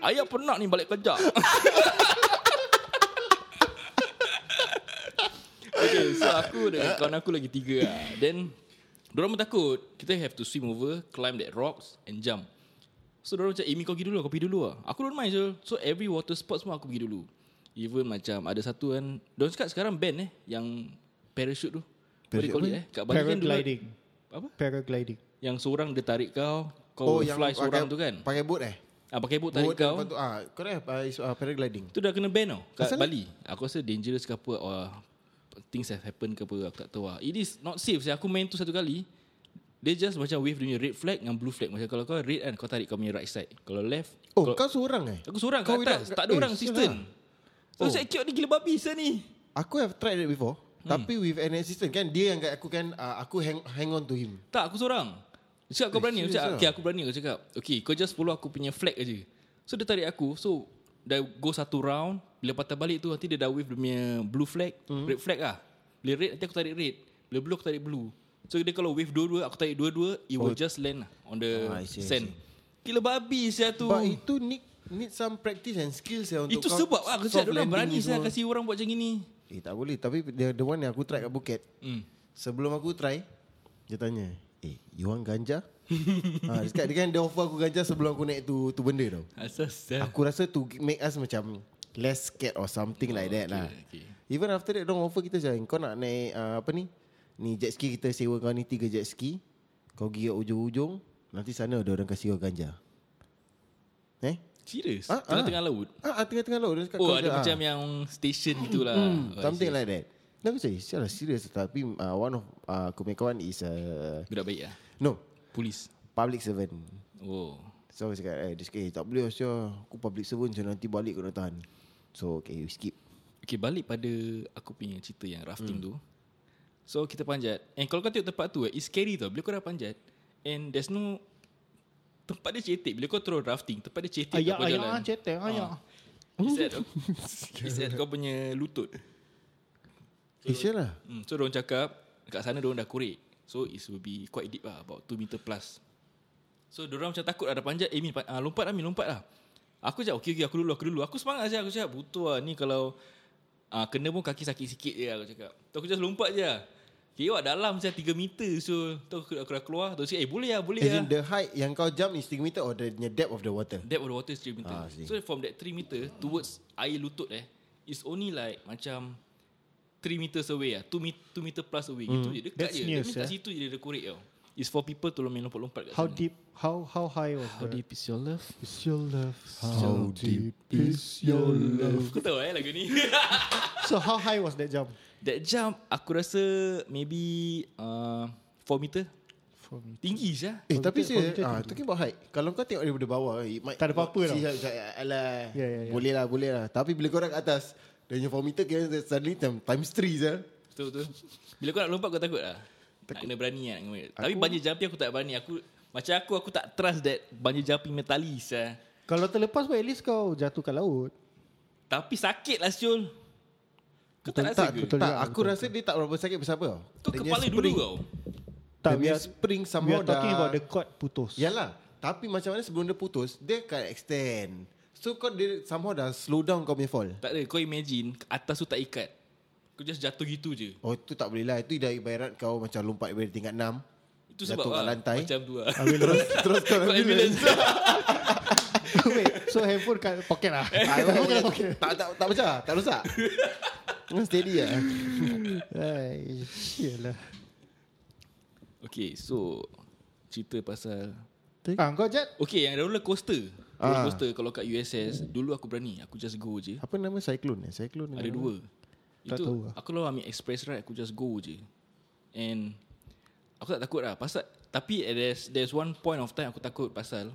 [SPEAKER 3] Ayah penat ni balik kerja. okay, so aku dengan kawan aku lagi tiga lah. Then, dorang pun takut. Kita have to swim over, climb that rocks and jump. So, dorang macam, Amy kau pergi dulu lah, kau pergi dulu lah. Aku don't mind je. So, every water sport semua aku pergi dulu. Even macam ada satu kan, dorang cakap sekarang ban eh, yang parachute tu. What do you
[SPEAKER 4] Parachute
[SPEAKER 3] call it eh? Kat Bali kan dulu-
[SPEAKER 2] Paragliding
[SPEAKER 3] Apa?
[SPEAKER 2] Paragliding
[SPEAKER 3] Yang seorang dia tarik kau, kau oh, fly seorang tu kan.
[SPEAKER 4] Pakai boat eh?
[SPEAKER 3] Ah, pakai boat tarik
[SPEAKER 4] Boat dan
[SPEAKER 3] kau.
[SPEAKER 4] lepas tu, ah, correct, ah, paragliding.
[SPEAKER 3] Tu dah kena ban tau Kat
[SPEAKER 4] Asal
[SPEAKER 3] Asal Bali Aku rasa dangerous ke apa Or things have happened ke apa Aku tak tahu lah It is not safe Saya Aku main tu satu kali Dia just macam wave Dia punya red flag Dengan blue flag Macam kalau kau red kan Kau tarik kau punya right side Kalau left
[SPEAKER 4] Oh,
[SPEAKER 3] kalau,
[SPEAKER 4] kau seorang eh?
[SPEAKER 3] Aku seorang
[SPEAKER 4] kau
[SPEAKER 3] kat atas
[SPEAKER 4] without-
[SPEAKER 3] Tak ada
[SPEAKER 4] eh,
[SPEAKER 3] orang
[SPEAKER 4] sial
[SPEAKER 3] assistant So
[SPEAKER 4] Oh.
[SPEAKER 3] saya cute ni gila babi Saya ni
[SPEAKER 4] Aku have tried that before. Hmm. Tapi with an assistant kan dia yang guide aku kan uh, aku hang hang on to him.
[SPEAKER 3] Tak aku seorang Dia cakap kau
[SPEAKER 4] Eh,
[SPEAKER 3] berani Aku
[SPEAKER 4] serious
[SPEAKER 3] cakap
[SPEAKER 4] ah?
[SPEAKER 3] okay aku berani Aku cakap okay kau just follow aku punya flag aja So dia tarik aku So dah go satu round Bila patah balik tu Nanti dia dah wave dia punya blue flag
[SPEAKER 4] Hmm.
[SPEAKER 3] Red flag lah Bila red nanti aku tarik red Bila blue aku tarik blue So dia kalau wave dua-dua Aku tarik dua-dua It will just land lah On the
[SPEAKER 4] Oh. Ah, I see, I
[SPEAKER 3] sand Gila babi saya tu
[SPEAKER 4] But itu need need some practice and skills ya untuk
[SPEAKER 3] Itu
[SPEAKER 4] kau
[SPEAKER 3] sebab lah Aku
[SPEAKER 4] soft
[SPEAKER 3] cakap dia
[SPEAKER 4] landing
[SPEAKER 3] berani
[SPEAKER 4] ni
[SPEAKER 3] saya
[SPEAKER 4] semua.
[SPEAKER 3] Kasih orang buat macam ni
[SPEAKER 4] Eh tak boleh tapi the, the one yang aku try kat Bukit.
[SPEAKER 3] Hmm.
[SPEAKER 4] Sebelum aku try dia tanya, "Eh, you want ganja?" ha, dia cakap dia kan dia offer aku ganja sebelum aku naik tu tu benda tau.
[SPEAKER 3] Asas
[SPEAKER 4] Aku rasa to make us macam less scared or something like that lah.
[SPEAKER 3] okay.
[SPEAKER 4] Even after that, dong offer kita macam, kau nak naik uh, apa ni? Ni jet ski kita sewa kau ni tiga jet ski. Kau pergi ke ujung-ujung, nanti sana ada orang kasih kau ganja. Eh?
[SPEAKER 3] Serius?
[SPEAKER 4] Ah, ah.
[SPEAKER 3] Tengah-tengah laut?
[SPEAKER 4] Ah, ah, tengah-tengah laut. Dia cakap,
[SPEAKER 3] Oh
[SPEAKER 4] kau
[SPEAKER 3] ada
[SPEAKER 4] je, ah. Hmm.
[SPEAKER 3] macam yang station itulah. Oh, I
[SPEAKER 4] Something
[SPEAKER 3] see.
[SPEAKER 4] like that. Then aku cakap, sial lah serious. Tapi uh, one of uh, aku punya kawan is, uh,
[SPEAKER 3] Budak baik lah.
[SPEAKER 4] no,
[SPEAKER 3] Polis.
[SPEAKER 4] public servant.
[SPEAKER 3] Oh.
[SPEAKER 4] So aku cakap, eh, dia cakap, eh, tak boleh lah sial. Aku public servant, so nanti balik kena tahan. So, okay, we skip.
[SPEAKER 3] Okay balik pada aku punya cerita yang rafting hmm. tu. So kita panjat. And kalau kau tengok tempat tu eh, it's scary tau. Bila kau dah panjat and there's no tempat dia cetek. Bila kau terus rafting, tempat dia cetek
[SPEAKER 2] Ayak,
[SPEAKER 3] kau
[SPEAKER 2] ayak,
[SPEAKER 3] jalan.
[SPEAKER 2] lah, cetek, ayak.
[SPEAKER 3] Ah. It's at, it's at kau punya lutut.
[SPEAKER 4] Eh, sial lah.
[SPEAKER 3] Hmm, so diorang cakap Dekat sana diorang dah korek So it will be quite deep lah About 2 meter plus So diorang macam takut lah Dah panjat Eh Min pa- ah, lompat lah Min lompat lah Aku cakap okay, okay aku dulu aku dulu Aku semangat je Aku cakap butuh lah Ni kalau ah, Kena pun kaki sakit sikit je Aku cakap Tu aku just lompat je lah. Kira dalam macam 3 meter So tu aku, aku dah keluar Tu cakap eh boleh lah boleh
[SPEAKER 4] As
[SPEAKER 3] lah
[SPEAKER 4] in the height yang kau jump is 3 meter or the the depth of the water?
[SPEAKER 3] Depth of the water is 3 meter. Ah,
[SPEAKER 4] Ah, I see.
[SPEAKER 3] so from that 3 meter towards air lutut eh, it's only like macam 3 meters away ah, 2 meter, 2 meter plus away mm. gitu je. Dekat
[SPEAKER 2] That's
[SPEAKER 3] je.
[SPEAKER 2] near,
[SPEAKER 3] Dia kat
[SPEAKER 2] sir.
[SPEAKER 3] situ je dia korek tau. It's for people to main lompat-lompat kat
[SPEAKER 2] How
[SPEAKER 3] sana.
[SPEAKER 2] deep, how how high was
[SPEAKER 3] How deep is your love?
[SPEAKER 2] is your love?
[SPEAKER 4] How deep is your love?
[SPEAKER 3] Kau tahu eh lagu ni.
[SPEAKER 2] So how high was that jump?
[SPEAKER 3] that jump aku rasa maybe uh, 4 meter.
[SPEAKER 2] For me.
[SPEAKER 3] Tinggi je.
[SPEAKER 4] Eh, tapi
[SPEAKER 2] Kalau
[SPEAKER 4] saya
[SPEAKER 2] kita-
[SPEAKER 4] ah, talking about height. Kalau kau tengok daripada bawah, eh, it might,
[SPEAKER 2] Tak ada apa-apa
[SPEAKER 4] see,
[SPEAKER 2] tau.
[SPEAKER 4] macam, Alah,
[SPEAKER 2] Ya, ya, ya.
[SPEAKER 4] boleh lah, boleh lah. Tapi bila kau orang kat atas, dia punya 4 meter kira suddenly macam times 3 je.
[SPEAKER 3] Betul betul. Bila kau nak lompat kau takut lah. Takut. Nak kena berani lah. Aku, Tapi banjir jumping aku tak berani. Aku macam aku aku tak trust that banjir jumping metalis lah.
[SPEAKER 2] Kalau terlepas pun at least kau jatuh kat laut.
[SPEAKER 3] Tapi sakit lah Syul Kau tak rasa
[SPEAKER 4] tak,
[SPEAKER 3] ke?
[SPEAKER 2] betul
[SPEAKER 4] tak,
[SPEAKER 2] juga,
[SPEAKER 4] aku rasa dia tak berapa sakit pasal apa tau.
[SPEAKER 3] Kau
[SPEAKER 4] Dia punya
[SPEAKER 3] kepala dulu
[SPEAKER 4] spring-
[SPEAKER 3] kau
[SPEAKER 4] Dia
[SPEAKER 2] Tak, we
[SPEAKER 4] punya
[SPEAKER 2] are,
[SPEAKER 4] spring
[SPEAKER 2] we
[SPEAKER 4] somehow
[SPEAKER 2] are talking
[SPEAKER 4] dah- Ya lah.
[SPEAKER 2] about the cord putus.
[SPEAKER 4] Yalah Tapi macam mana sebelum dia putus Dia akan extend So kau dia somehow dah slow down kau punya fall
[SPEAKER 3] Tak ada kau imagine Atas tu tak ikat Kau just jatuh gitu je
[SPEAKER 4] Oh tu tak boleh lah Itu dah ibarat kau macam lompat dari tingkat 6
[SPEAKER 3] Itu sebab
[SPEAKER 4] Jatuh kat
[SPEAKER 3] lah,
[SPEAKER 4] lantai.
[SPEAKER 3] Macam tu lah
[SPEAKER 4] Terus terus kau
[SPEAKER 3] Kau ambulance
[SPEAKER 2] Wait, so handphone kat pocket lah.
[SPEAKER 4] Ah, Okay. Tak tak tak pecah, tak rosak. Memang steady ah.
[SPEAKER 2] Ay, yalah.
[SPEAKER 3] Okay so Cerita pasal
[SPEAKER 2] Ah, kau jat?
[SPEAKER 3] Okay yang roller coaster Roller
[SPEAKER 4] Ah.
[SPEAKER 3] coaster Kalau kat USS Dulu aku berani Aku just go je
[SPEAKER 4] Apa nama cyclone eh? Cyclone.
[SPEAKER 3] Ada dua
[SPEAKER 2] Tak
[SPEAKER 3] Itu
[SPEAKER 2] tahu lah.
[SPEAKER 3] Aku kalau ambil express ride Aku just go je And Aku tak takut lah Pasal Tapi there's, there's one point of time Aku takut pasal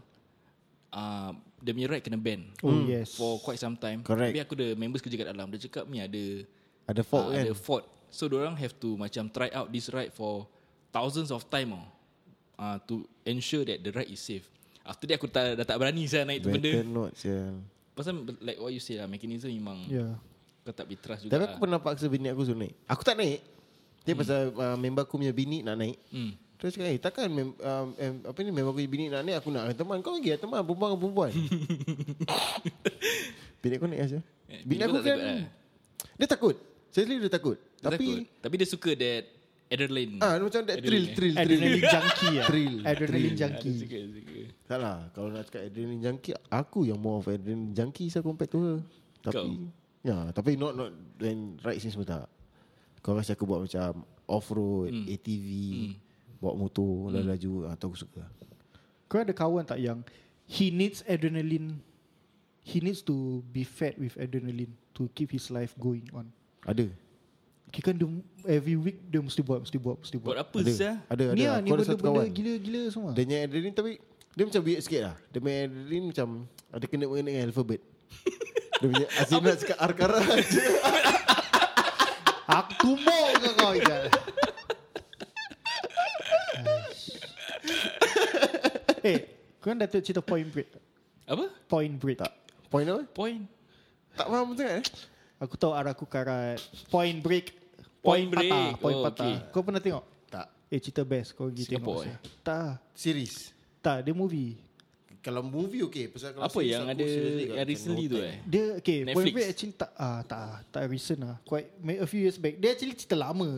[SPEAKER 3] uh, Dia punya ride kena ban
[SPEAKER 2] Oh, yes.
[SPEAKER 3] For quite some time
[SPEAKER 4] Correct.
[SPEAKER 3] Tapi aku ada members kerja kat dalam Dia cakap ni ada
[SPEAKER 4] Ada fault
[SPEAKER 3] ah,
[SPEAKER 4] kan?
[SPEAKER 3] Ada fault So orang have to Macam try out this ride For thousands of time oh. Uh, to ensure that the ride is safe After that aku tak, dah tak berani saya naik tu
[SPEAKER 4] Better
[SPEAKER 3] benda
[SPEAKER 4] not je.
[SPEAKER 3] Pasal like what you say lah Mechanism memang yeah.
[SPEAKER 2] Yeah.
[SPEAKER 3] Kau tak boleh trust juga
[SPEAKER 4] Ya. Tapi aku
[SPEAKER 3] lah.
[SPEAKER 4] pernah paksa bini aku suruh naik. Aku tak naik. Dia hmm. pasal uh, member aku punya bini nak naik.
[SPEAKER 3] Hmm.
[SPEAKER 4] Terus cakap, eh takkan mem, um, em, apa ni member aku punya bini nak naik, aku nak dengan teman. Kau pergi lah teman, perempuan dengan perempuan. bini aku naik aja.
[SPEAKER 3] Eh,
[SPEAKER 4] Bini
[SPEAKER 3] bini
[SPEAKER 4] aku
[SPEAKER 3] kau tak
[SPEAKER 4] kan,
[SPEAKER 3] takut, eh?
[SPEAKER 4] dia takut. Seriously dia takut.
[SPEAKER 3] Dia
[SPEAKER 4] Tapi,
[SPEAKER 3] takut. tapi dia suka that adrenaline.
[SPEAKER 4] ah, dia macam that thrill,
[SPEAKER 3] Adrenaline.
[SPEAKER 4] thrill, thrill.
[SPEAKER 2] Adrenaline junkie lah.
[SPEAKER 4] Thrill.
[SPEAKER 2] Adrenaline
[SPEAKER 3] Ah,
[SPEAKER 2] junkie.
[SPEAKER 3] dia suka, dia suka.
[SPEAKER 4] Tak lah, kalau nak cakap adrenaline junkie, aku yang more of adrenaline junkie saya compared to her. Tapi, ya, tapi not not when ride sini semua tak. Kau kasi aku buat macam off-road, ATV, bawa motor, laju-laju, ah, tu aku suka.
[SPEAKER 2] Kau ada kawan tak yang he needs adrenaline. He needs to be fed with adrenaline to keep his life going on.
[SPEAKER 4] Ada.
[SPEAKER 2] Kira kan dia, every week dia mesti buat, mesti buat, mesti
[SPEAKER 3] Buat
[SPEAKER 2] buat.
[SPEAKER 3] apa
[SPEAKER 4] Ada,
[SPEAKER 3] sah?
[SPEAKER 4] ada, ada.
[SPEAKER 2] Ni lah,
[SPEAKER 4] Aku
[SPEAKER 2] ni
[SPEAKER 4] ada satu
[SPEAKER 2] benda-benda
[SPEAKER 4] kawan.
[SPEAKER 2] gila-gila semua.
[SPEAKER 4] Dia punya adrenaline tapi, dia macam weird sikit lah. Dia punya adrenaline macam, ada kena-mengena dengan alphabet. dia punya, asyik nak cakap arkara je.
[SPEAKER 2] Aku tumbuk ke kau Ijal Eh Kau kan dah tengok cerita Point Break tak?
[SPEAKER 3] Apa?
[SPEAKER 2] Point Break tak.
[SPEAKER 4] Point apa?
[SPEAKER 3] Point.
[SPEAKER 4] Tak faham sangat eh.
[SPEAKER 2] Aku tahu arah aku karat Point Break
[SPEAKER 3] Point Break.
[SPEAKER 2] patah, Point
[SPEAKER 3] Oh,
[SPEAKER 2] patah
[SPEAKER 3] okay.
[SPEAKER 2] Kau pernah tengok?
[SPEAKER 4] Tak.
[SPEAKER 2] Eh cerita best Kau pergi
[SPEAKER 3] Singapore,
[SPEAKER 2] tengok
[SPEAKER 3] eh?
[SPEAKER 2] sia. Tak
[SPEAKER 4] Series.
[SPEAKER 2] Tak dia movie
[SPEAKER 4] Kalau movie okay Pasal kalau
[SPEAKER 3] Apa
[SPEAKER 4] series
[SPEAKER 3] yang
[SPEAKER 4] aku
[SPEAKER 3] ada
[SPEAKER 4] seriously got
[SPEAKER 3] yang
[SPEAKER 4] macam
[SPEAKER 3] recently
[SPEAKER 4] no
[SPEAKER 3] tu
[SPEAKER 4] time.
[SPEAKER 3] eh?
[SPEAKER 2] Dia okay Netflix. Point
[SPEAKER 3] Netflix.
[SPEAKER 2] Break actually tak ah, tak ah, tak recent lah Quite ma- a few years back Dia actually cerita lama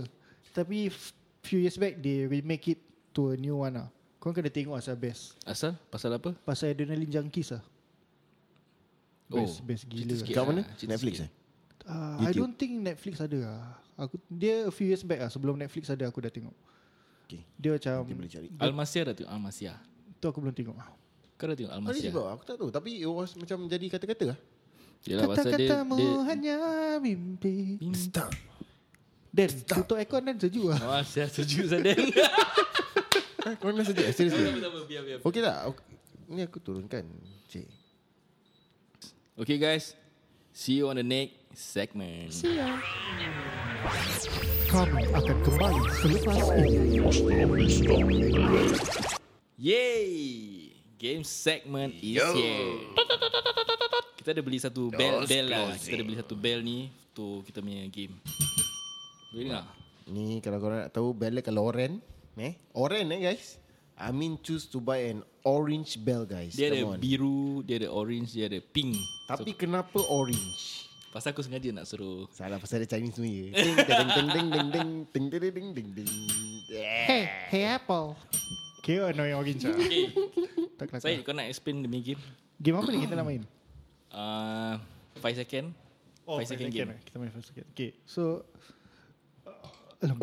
[SPEAKER 2] Tapi f- few years back They remake it to a new one lah Kau kena tengok asal best
[SPEAKER 3] Asal? Pasal apa?
[SPEAKER 2] Pasal adrenaline junkies lah Best, best
[SPEAKER 3] Oh,
[SPEAKER 2] gila.
[SPEAKER 3] cerita sikit
[SPEAKER 4] Kat mana?
[SPEAKER 3] lah, cerita
[SPEAKER 4] Netflix
[SPEAKER 3] sikit.
[SPEAKER 4] eh?
[SPEAKER 2] Uh, I
[SPEAKER 4] YouTube.
[SPEAKER 2] don't think Netflix ada lah. Aku dia a few years back lah sebelum Netflix ada aku dah tengok.
[SPEAKER 4] Okay.
[SPEAKER 2] Dia macam
[SPEAKER 4] Nanti boleh cari.
[SPEAKER 3] Almasia dah tengok Almasia.
[SPEAKER 2] tu aku belum tengok. lah.
[SPEAKER 3] Kau dah tengok
[SPEAKER 4] Ada
[SPEAKER 3] Almasia?
[SPEAKER 4] sebab aku tak tahu Tapi it was macam jadi kata-kata lah
[SPEAKER 3] Yelah, pasal dia,
[SPEAKER 2] Kata-katamu
[SPEAKER 3] dia,
[SPEAKER 2] hanya mimpi
[SPEAKER 4] Stop
[SPEAKER 2] Dan tutup aircon dan sejuk lah
[SPEAKER 3] Wah, saya setuju Zaden.
[SPEAKER 4] Kau nak sejuk Seriously eh?
[SPEAKER 3] biar, biar.
[SPEAKER 4] Okay tak Aku- Ni aku turunkan Cik
[SPEAKER 3] Okay guys, see you on the next segment.
[SPEAKER 2] Kami akan kembali selepas ini
[SPEAKER 3] Yay! Game segment is here. Kita ada beli satu bell, bell lah. Kita ada beli satu bell ni untuk kita punya game. Boleh dengar?
[SPEAKER 4] Ni kalau korang nak tahu Bella kalau oren eh? Oren eh guys Amin choose to buy an orange bell guys
[SPEAKER 3] Dia ada
[SPEAKER 4] Come on.
[SPEAKER 3] biru, dia ada orange, dia ada pink.
[SPEAKER 4] Tapi kenapa orange?
[SPEAKER 3] Pasal aku sengaja nak suruh.
[SPEAKER 4] Salah pasal dia Chinese New Year Ding ding ding ding ding ding ding ding ding ding ding ding Yeah.
[SPEAKER 2] Hey, hey Apple Kira annoying orange lah
[SPEAKER 3] Okay,
[SPEAKER 2] Tak kelakar
[SPEAKER 3] Syed kau nak explain the main game?
[SPEAKER 2] Game apa ni kita nak main?
[SPEAKER 3] Uh, 5 second. 5
[SPEAKER 4] Oh,
[SPEAKER 3] Oh,
[SPEAKER 2] five
[SPEAKER 3] second, game.
[SPEAKER 2] eh. Kita main five second Okay, so uh,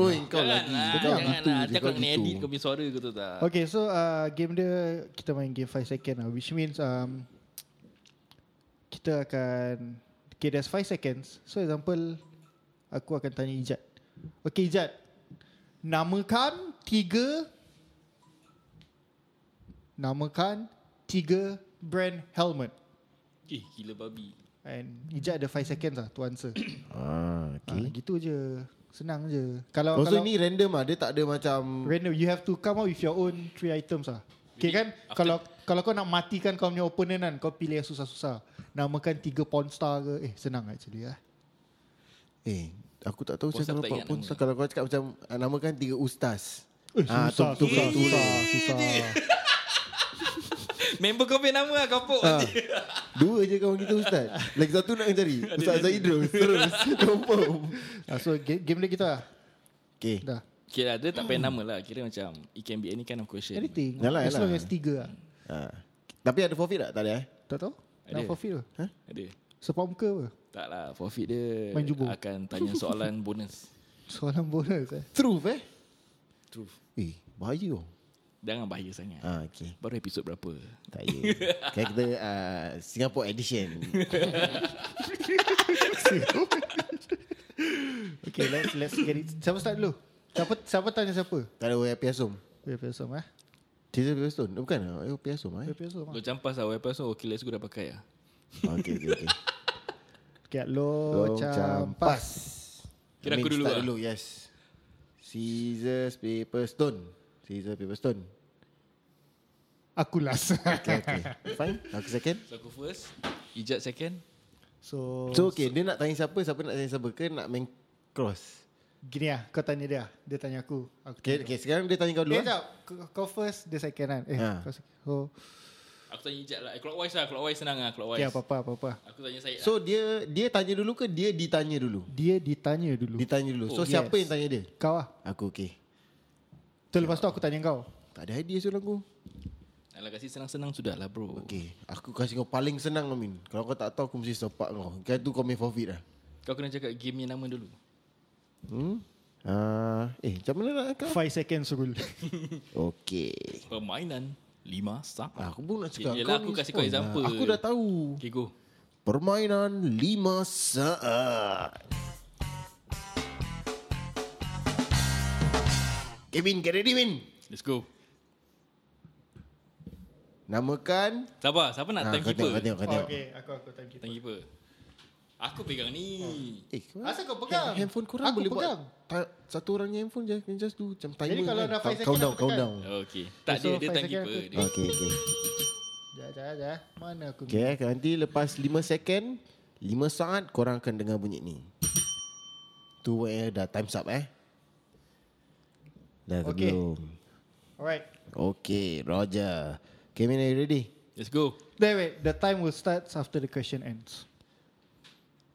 [SPEAKER 4] Oi kau
[SPEAKER 3] Jangan
[SPEAKER 4] lagi
[SPEAKER 3] lah,
[SPEAKER 4] Kau
[SPEAKER 3] jangan
[SPEAKER 4] gitu
[SPEAKER 3] lah.
[SPEAKER 4] je,
[SPEAKER 3] Nanti aku
[SPEAKER 4] kau
[SPEAKER 3] nak kena
[SPEAKER 4] gitu.
[SPEAKER 3] edit kau punya suara kau tahu tak?
[SPEAKER 2] Okay, so uh, game dia kita main game 5 second lah, which means um, kita akan okay, there's 5 seconds. So example, aku akan tanya Ijat. Okay, Ijat. Namakan tiga namakan tiga brand helmet.
[SPEAKER 3] Eh, gila babi.
[SPEAKER 2] And Ijat ada 5 seconds lah to answer.
[SPEAKER 4] Ah,
[SPEAKER 2] okay.
[SPEAKER 4] okay.
[SPEAKER 2] ha, gitu je. Senang je. Kalau
[SPEAKER 4] Oh, so
[SPEAKER 2] kalau
[SPEAKER 4] ni random lah Dia tak ada macam
[SPEAKER 2] Random You have to come out With your own Three items lah
[SPEAKER 3] Jadi,
[SPEAKER 2] Okay kan
[SPEAKER 3] after-
[SPEAKER 2] Kalau kalau kau nak matikan Kau punya opponent kan Kau pilih yang susah-susah Namakan tiga porn star ke Eh senang actually lah
[SPEAKER 4] Eh Aku tak tahu
[SPEAKER 3] Ustaz tak
[SPEAKER 4] macam kalau
[SPEAKER 3] ingat
[SPEAKER 4] pun
[SPEAKER 3] nama.
[SPEAKER 4] Kalau kau cakap macam ah, Namakan tiga ustaz
[SPEAKER 2] Eh
[SPEAKER 4] Ah,
[SPEAKER 2] susah
[SPEAKER 4] tu- tu-
[SPEAKER 2] Susah
[SPEAKER 4] tu-
[SPEAKER 2] Susah, susah.
[SPEAKER 3] Member kau punya nama lah, kapok.
[SPEAKER 4] Ah, dua je kawan kita ustaz Lagi satu nak cari Ustaz Zaidrus Terus Confirm
[SPEAKER 2] Ah, So game, game dia kita lah
[SPEAKER 4] Okay
[SPEAKER 2] Dah
[SPEAKER 3] Okay lah, dia tak payah nama lah. Kira macam, it can be any kind of question.
[SPEAKER 2] Anything
[SPEAKER 4] Yalah,
[SPEAKER 2] As long
[SPEAKER 4] yalah.
[SPEAKER 2] as tiga lah
[SPEAKER 4] Ha. Tapi ada forfeit tak? Tak ada eh?
[SPEAKER 2] Tak tahu Nak
[SPEAKER 3] Ada.
[SPEAKER 2] forfeit ke
[SPEAKER 3] Ada.
[SPEAKER 2] Sepak muka apa
[SPEAKER 3] Tak lah, forfeit dia
[SPEAKER 2] Main jubur.
[SPEAKER 3] akan tanya soalan bonus.
[SPEAKER 2] Soalan bonus eh
[SPEAKER 4] Truth eh?
[SPEAKER 3] Truth.
[SPEAKER 4] Eh, bahaya oh.
[SPEAKER 3] Jangan bahaya sangat. Ha.
[SPEAKER 4] Ah, okay.
[SPEAKER 3] Baru episod berapa?
[SPEAKER 4] Tak ya. Kan kita uh, Singapore edition.
[SPEAKER 2] Okay let's let's get it Siapa start dulu Siapa siapa tanya siapa
[SPEAKER 4] tak ada Happy Asum.
[SPEAKER 2] Wei Pesom eh
[SPEAKER 4] Teaser Happy Asum. Bukan eh, Happy Asum eh.
[SPEAKER 2] Wei ah. Pesom
[SPEAKER 3] Lo campas lah, weapon so okay, let's go dah pakai lah.
[SPEAKER 4] Ah, Okay, okay, okay.
[SPEAKER 2] Okay Lo campas
[SPEAKER 3] Kira aku
[SPEAKER 4] Amin,
[SPEAKER 3] dulu
[SPEAKER 4] start
[SPEAKER 3] lah.
[SPEAKER 4] dulu, yes. Scissors, paper, stone. Scissors, paper, stone.
[SPEAKER 2] Aku last
[SPEAKER 4] Okay, okay. Fine. Aku second.
[SPEAKER 3] So aku first, Ijat second.
[SPEAKER 2] Oh, So
[SPEAKER 4] So, okay. Dia nak tanya siapa, siapa nak tanya siapa ke nak main cross.
[SPEAKER 2] Gini lah Kau tanya dia Dia tanya aku Aku
[SPEAKER 4] Okay,
[SPEAKER 2] tanya
[SPEAKER 4] okay. Sekarang dia tanya
[SPEAKER 2] kau. Eh
[SPEAKER 4] kau dulu. Eh,
[SPEAKER 2] sekejap Kau- Kau first Dia second kan Eh
[SPEAKER 4] Ha.
[SPEAKER 2] kau second oh,
[SPEAKER 3] Aku tanya Ijat lah. Eh, clockwise lah, clockwise senang lah, clockwise.
[SPEAKER 2] Okay apa-apa apa-apa
[SPEAKER 3] Aku tanya Syed so, lah.
[SPEAKER 4] so, dia dia tanya dulu ke dia ditanya dulu?
[SPEAKER 2] Dia ditanya dulu
[SPEAKER 4] Ditanya dulu.
[SPEAKER 2] Oh,
[SPEAKER 4] So, siapa
[SPEAKER 2] yes.
[SPEAKER 4] yang tanya dia?
[SPEAKER 2] Kau lah
[SPEAKER 4] Aku okay.
[SPEAKER 2] Tu lepas tu aku tanya kau
[SPEAKER 4] Tak ada idea soalan aku.
[SPEAKER 3] lah. Alah, kasih senang-senang sudah lah bro.
[SPEAKER 4] Okay, aku kasih kau paling senang Amin. Kalau kau tak tahu aku mesti sepak kau. Kan tu kau main forfeit dah.
[SPEAKER 3] Kau kena cakap game yang nama dulu.
[SPEAKER 4] Hmm? Uh, eh, macam mana nak kau?
[SPEAKER 2] 5 seconds rule
[SPEAKER 4] Okay.
[SPEAKER 3] Permainan lima sama.
[SPEAKER 4] Ah, Aku pun nak cakap.
[SPEAKER 3] Yelah, aku
[SPEAKER 4] ni
[SPEAKER 3] kasih kau
[SPEAKER 4] spoil
[SPEAKER 3] example.
[SPEAKER 4] Lah. Aku dah tahu.
[SPEAKER 3] Okay, go.
[SPEAKER 4] Permainan lima saat. Okay, Min. Get ready, Min.
[SPEAKER 3] Let's go.
[SPEAKER 4] Namakan.
[SPEAKER 3] Sabar, siapa nak
[SPEAKER 4] Ah,
[SPEAKER 3] time
[SPEAKER 4] kau
[SPEAKER 3] keeper?
[SPEAKER 4] tengok, kau tengok, kau tengok.
[SPEAKER 2] Okay aku aku tanya kita
[SPEAKER 3] Time keeper. Aku pegang ni.
[SPEAKER 4] Eh, kau-
[SPEAKER 2] Asal kau pegang?
[SPEAKER 4] Handphone korang
[SPEAKER 2] Aku
[SPEAKER 4] boleh
[SPEAKER 2] pegang.
[SPEAKER 4] buat ta- satu orang yang handphone je. Can just do macam timer.
[SPEAKER 2] Jadi kalau
[SPEAKER 4] kan.
[SPEAKER 2] dah five
[SPEAKER 4] Count-
[SPEAKER 2] second,
[SPEAKER 4] countdown,
[SPEAKER 2] aku tekan.
[SPEAKER 4] countdown.
[SPEAKER 3] Okay. Tak, dia,
[SPEAKER 2] So,
[SPEAKER 3] dia
[SPEAKER 2] five
[SPEAKER 3] time
[SPEAKER 2] second
[SPEAKER 3] keeper.
[SPEAKER 2] aku-
[SPEAKER 3] Dia.
[SPEAKER 4] Okay, okay.
[SPEAKER 2] Sekejap sekejap sekejap Mana aku
[SPEAKER 4] Okay, eh, nanti lepas 5 second, 5 saat korang akan dengar bunyi ni. Tu eh, dah time's up eh. Dah ke
[SPEAKER 2] Okay.
[SPEAKER 4] belum?
[SPEAKER 2] Alright
[SPEAKER 4] Okay, Roger. Okay, man, are you ready?
[SPEAKER 3] Let's go.
[SPEAKER 2] Then wait The time will start After the question ends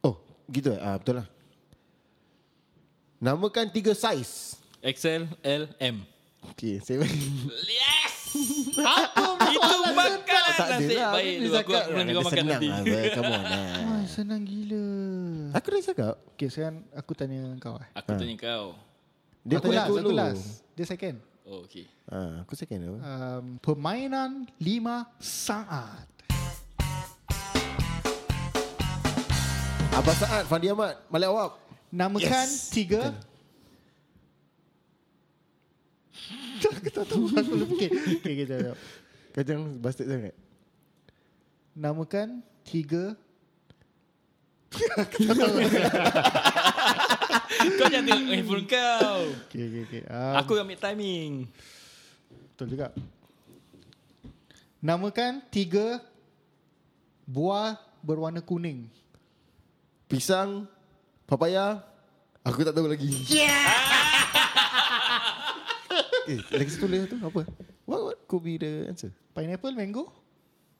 [SPEAKER 4] Oh, gitu eh? Ah, betul lah. Namakan tiga saiz.
[SPEAKER 3] XL, L, M.
[SPEAKER 4] Okay, saya
[SPEAKER 3] Yes! Itu makan nasib baik tu. Aku
[SPEAKER 4] Dia
[SPEAKER 3] aku
[SPEAKER 4] cakap,
[SPEAKER 3] belum juga
[SPEAKER 4] dia
[SPEAKER 3] makan
[SPEAKER 4] senang
[SPEAKER 3] nanti.
[SPEAKER 4] lah. bro. Come on lah.
[SPEAKER 2] Wah senang gila
[SPEAKER 4] Aku dah cakap.
[SPEAKER 2] Okay sekarang aku tanya kau eh
[SPEAKER 4] Ha.
[SPEAKER 3] Aku tanya kau.
[SPEAKER 4] Dia
[SPEAKER 2] Aku
[SPEAKER 4] aku
[SPEAKER 2] last
[SPEAKER 4] dulu.
[SPEAKER 2] Aku last Dia second
[SPEAKER 3] Oh, okay.
[SPEAKER 4] Ah, aku second apa?
[SPEAKER 2] um, Permainan 5 saat
[SPEAKER 4] Abang Saad, Fandi Ahmad, Malik Awab.
[SPEAKER 2] Namakan yes. tiga Aku tak tahu Aku belum fikir okay, okay, jap, jap.
[SPEAKER 4] Kau jangan bastard sangat.
[SPEAKER 2] Namakan tiga
[SPEAKER 3] kau jangan tengok handphone kau.
[SPEAKER 2] okay, okay, okay.
[SPEAKER 3] Um,
[SPEAKER 2] Um,
[SPEAKER 3] Aku yang ambil timing.
[SPEAKER 2] Betul juga. Namakan tiga buah berwarna kuning.
[SPEAKER 4] Pisang, papaya, aku tak tahu lagi. Yeah! eh, lagi satu layer tu apa? What, what could be the answer?
[SPEAKER 2] Pineapple, mango?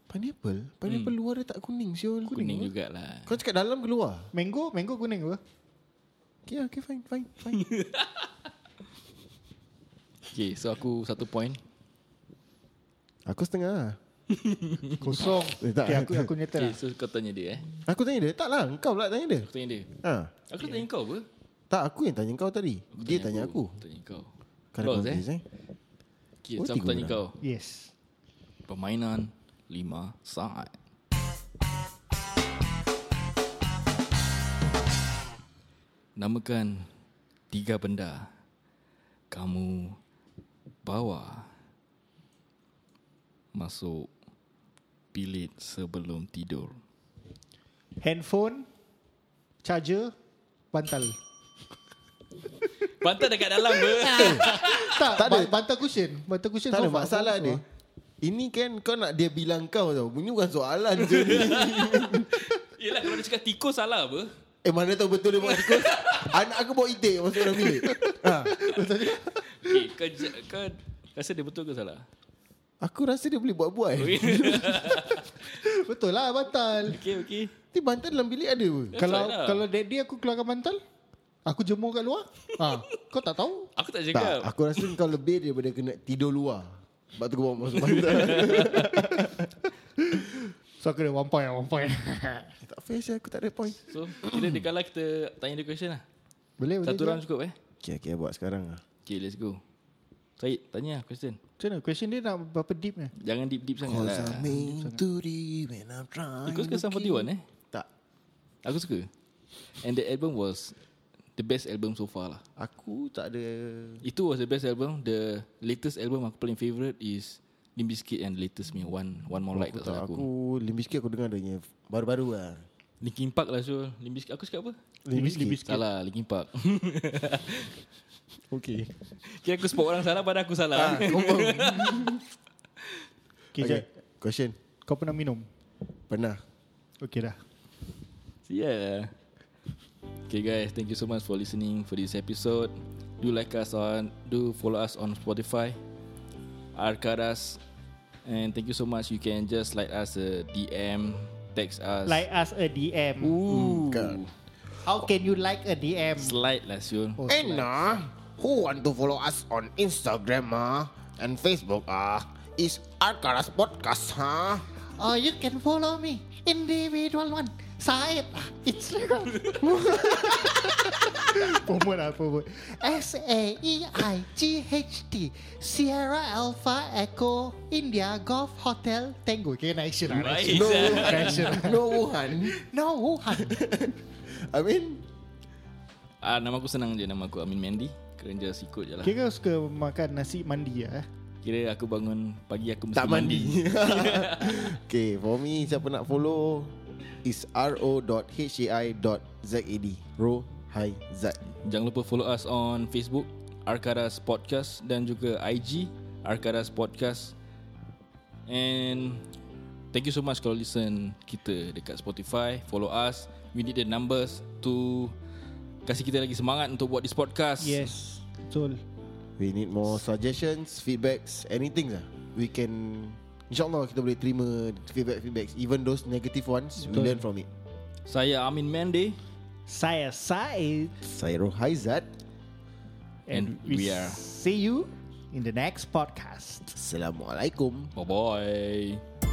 [SPEAKER 4] Pineapple? Pineapple hmm. luar dia tak kuning siul.
[SPEAKER 3] Kuning
[SPEAKER 4] eh?
[SPEAKER 3] jugalah.
[SPEAKER 4] Kau cakap dalam keluar?
[SPEAKER 2] Mango? Mango kuning apa?
[SPEAKER 4] Okay, okay, fine, fine, fine.
[SPEAKER 3] Okay, so aku satu point.
[SPEAKER 4] aku setengah lah.
[SPEAKER 2] Kosong.
[SPEAKER 4] Eh, tak.
[SPEAKER 2] okay, aku, aku nyata
[SPEAKER 3] Okay,
[SPEAKER 2] lah.
[SPEAKER 3] so kau tanya dia eh.
[SPEAKER 4] Aku tanya dia, tak lah, kau pula tanya dia.
[SPEAKER 3] Aku tanya dia.
[SPEAKER 4] Ha.
[SPEAKER 3] Aku yeah. tanya kau apa?
[SPEAKER 4] Tak, aku yang tanya kau tadi.
[SPEAKER 3] Aku
[SPEAKER 4] dia tanya aku.
[SPEAKER 3] Tanya kau.
[SPEAKER 4] Kau
[SPEAKER 3] Close, eh?
[SPEAKER 4] confused eh?
[SPEAKER 3] Okay,
[SPEAKER 4] Oh,
[SPEAKER 3] so aku
[SPEAKER 4] tiga
[SPEAKER 3] tanya
[SPEAKER 4] orang.
[SPEAKER 3] kau.
[SPEAKER 2] Yes.
[SPEAKER 3] Permainan lima saat. Namakan tiga benda kamu bawa masuk bilik sebelum tidur.
[SPEAKER 2] Handphone, charger, bantal.
[SPEAKER 3] Bantal dekat dalam ber.
[SPEAKER 2] tak,
[SPEAKER 4] tak
[SPEAKER 2] tak
[SPEAKER 4] ada.
[SPEAKER 2] ba- bantal cushion. Bantal cushion
[SPEAKER 4] Tak ada
[SPEAKER 2] sofa.
[SPEAKER 4] masalah
[SPEAKER 2] Sofa.
[SPEAKER 4] dia. Ini kan kau nak dia bilang kau tau. Ini bukan soalan je ni.
[SPEAKER 3] Yelah kalau dia cakap tikus salah apa?
[SPEAKER 4] Eh mana tahu betul dia buat tikus. Anak aku bawa itik masuk dalam bilik. ha.
[SPEAKER 3] Okay, kau, j- kau rasa dia betul ke salah?
[SPEAKER 4] Aku rasa dia boleh buat buat.
[SPEAKER 3] Okay,
[SPEAKER 2] Betul lah bantal.
[SPEAKER 3] okay. okay.
[SPEAKER 4] Tapi bantal dalam bilik ada pun.
[SPEAKER 3] That's
[SPEAKER 2] kalau
[SPEAKER 3] right lah.
[SPEAKER 2] kalau that day aku keluarkan bantal, aku jemur kat luar. ha, kau tak tahu?
[SPEAKER 3] Aku tak
[SPEAKER 4] Tak,
[SPEAKER 3] cakap.
[SPEAKER 4] aku rasa kau lebih daripada kena tidur luar. Sebab tu kau bawa masuk bantal.
[SPEAKER 2] So aku ada one point, one point.
[SPEAKER 4] tak fair saya, aku tak ada point.
[SPEAKER 3] So, kira dia kalah kita tanya dia question lah.
[SPEAKER 2] boleh, boleh.
[SPEAKER 3] Satu
[SPEAKER 2] je.
[SPEAKER 3] round cukup eh?
[SPEAKER 4] Okay, okay, buat sekarang lah.
[SPEAKER 3] Okay, let's go. Syed, tanya lah question.
[SPEAKER 2] Macam mana? Question dia nak berapa deep ni?
[SPEAKER 3] Jangan deep-deep sangat lah.
[SPEAKER 4] into the when I'm trying
[SPEAKER 3] Eh, Kau suka Sum 41 eh?
[SPEAKER 4] Tak.
[SPEAKER 3] Aku suka. And the album was the best album so far lah.
[SPEAKER 4] Aku tak ada...
[SPEAKER 3] Itu was the best album. The latest album aku paling favourite is Limp Bizkit and latest me One One More Light
[SPEAKER 4] Aku
[SPEAKER 3] tak
[SPEAKER 4] Oh, tak,
[SPEAKER 3] salah
[SPEAKER 4] aku,
[SPEAKER 3] aku.
[SPEAKER 4] Limbiskit aku dengar adanya baru-baru lah.
[SPEAKER 3] Linkin Park lah Syul. Limp Bizkit. Aku cakap apa?
[SPEAKER 4] Limbiskit.
[SPEAKER 3] Salah, Linkin Park.
[SPEAKER 4] Okay. Ah,
[SPEAKER 3] Kira aku spot orang salah pada aku salah.
[SPEAKER 2] Okay,
[SPEAKER 4] okay.
[SPEAKER 2] okay.
[SPEAKER 4] Question.
[SPEAKER 2] Kau pernah minum?
[SPEAKER 4] Pernah.
[SPEAKER 2] Okay dah.
[SPEAKER 3] Yeah. Okay guys, thank you so much for listening for this episode. Do like us on, do follow us on Spotify, Arkadas, and thank you so much. You can just like us a DM, text us,
[SPEAKER 2] Like us a DM.
[SPEAKER 3] ooh,
[SPEAKER 4] Kan.
[SPEAKER 2] How can you like a DM?
[SPEAKER 3] slide lah Syul.
[SPEAKER 2] Oh,
[SPEAKER 5] And uh, who want to follow us on Instagram uh,
[SPEAKER 4] ah,
[SPEAKER 5] and Facebook uh, is Arkaras Podcast huh?
[SPEAKER 4] ha?
[SPEAKER 2] Or you can follow me. Individual one. Saib. Instagram. promote lah, promote. E S-A-E-I-G-H-T. Sierra Alpha Echo India Golf Hotel Tango. Okay, nak action lah. nak action.
[SPEAKER 3] Baik. Syul.
[SPEAKER 2] Nak action lah.
[SPEAKER 4] no Wuhan.
[SPEAKER 2] No, Wuhan.
[SPEAKER 4] I mean,
[SPEAKER 3] Ah, nama aku senang je nama aku Amin Mandy. Kalian just ikut je lah.
[SPEAKER 2] Kira kau suka makan nasi mandi lah. eh?
[SPEAKER 3] Kira aku bangun pagi aku mesti
[SPEAKER 4] tak mandi. okay, for me, siapa nak follow is ro.hai.zad. Ro Hai Zad.
[SPEAKER 3] Jangan lupa follow us on Facebook Arkadas Podcast dan juga IG Arkadas Podcast. And thank you so much kalau listen kita dekat Spotify, follow us. We need the numbers to kasih kita lagi semangat untuk buat this podcast.
[SPEAKER 2] Yes. Betul.
[SPEAKER 4] We need more suggestions, feedbacks, anything lah. We can, insyaAllah kita boleh terima feedback-feedbacks. Even those negative ones, we
[SPEAKER 2] Betul.
[SPEAKER 4] learn from it.
[SPEAKER 3] Saya Amin Mende
[SPEAKER 2] Saya Said.
[SPEAKER 4] Saya Ro Hai Zad.
[SPEAKER 3] and, and we are
[SPEAKER 2] See you in the next podcast.
[SPEAKER 4] Assalamualaikum.
[SPEAKER 3] bye bye.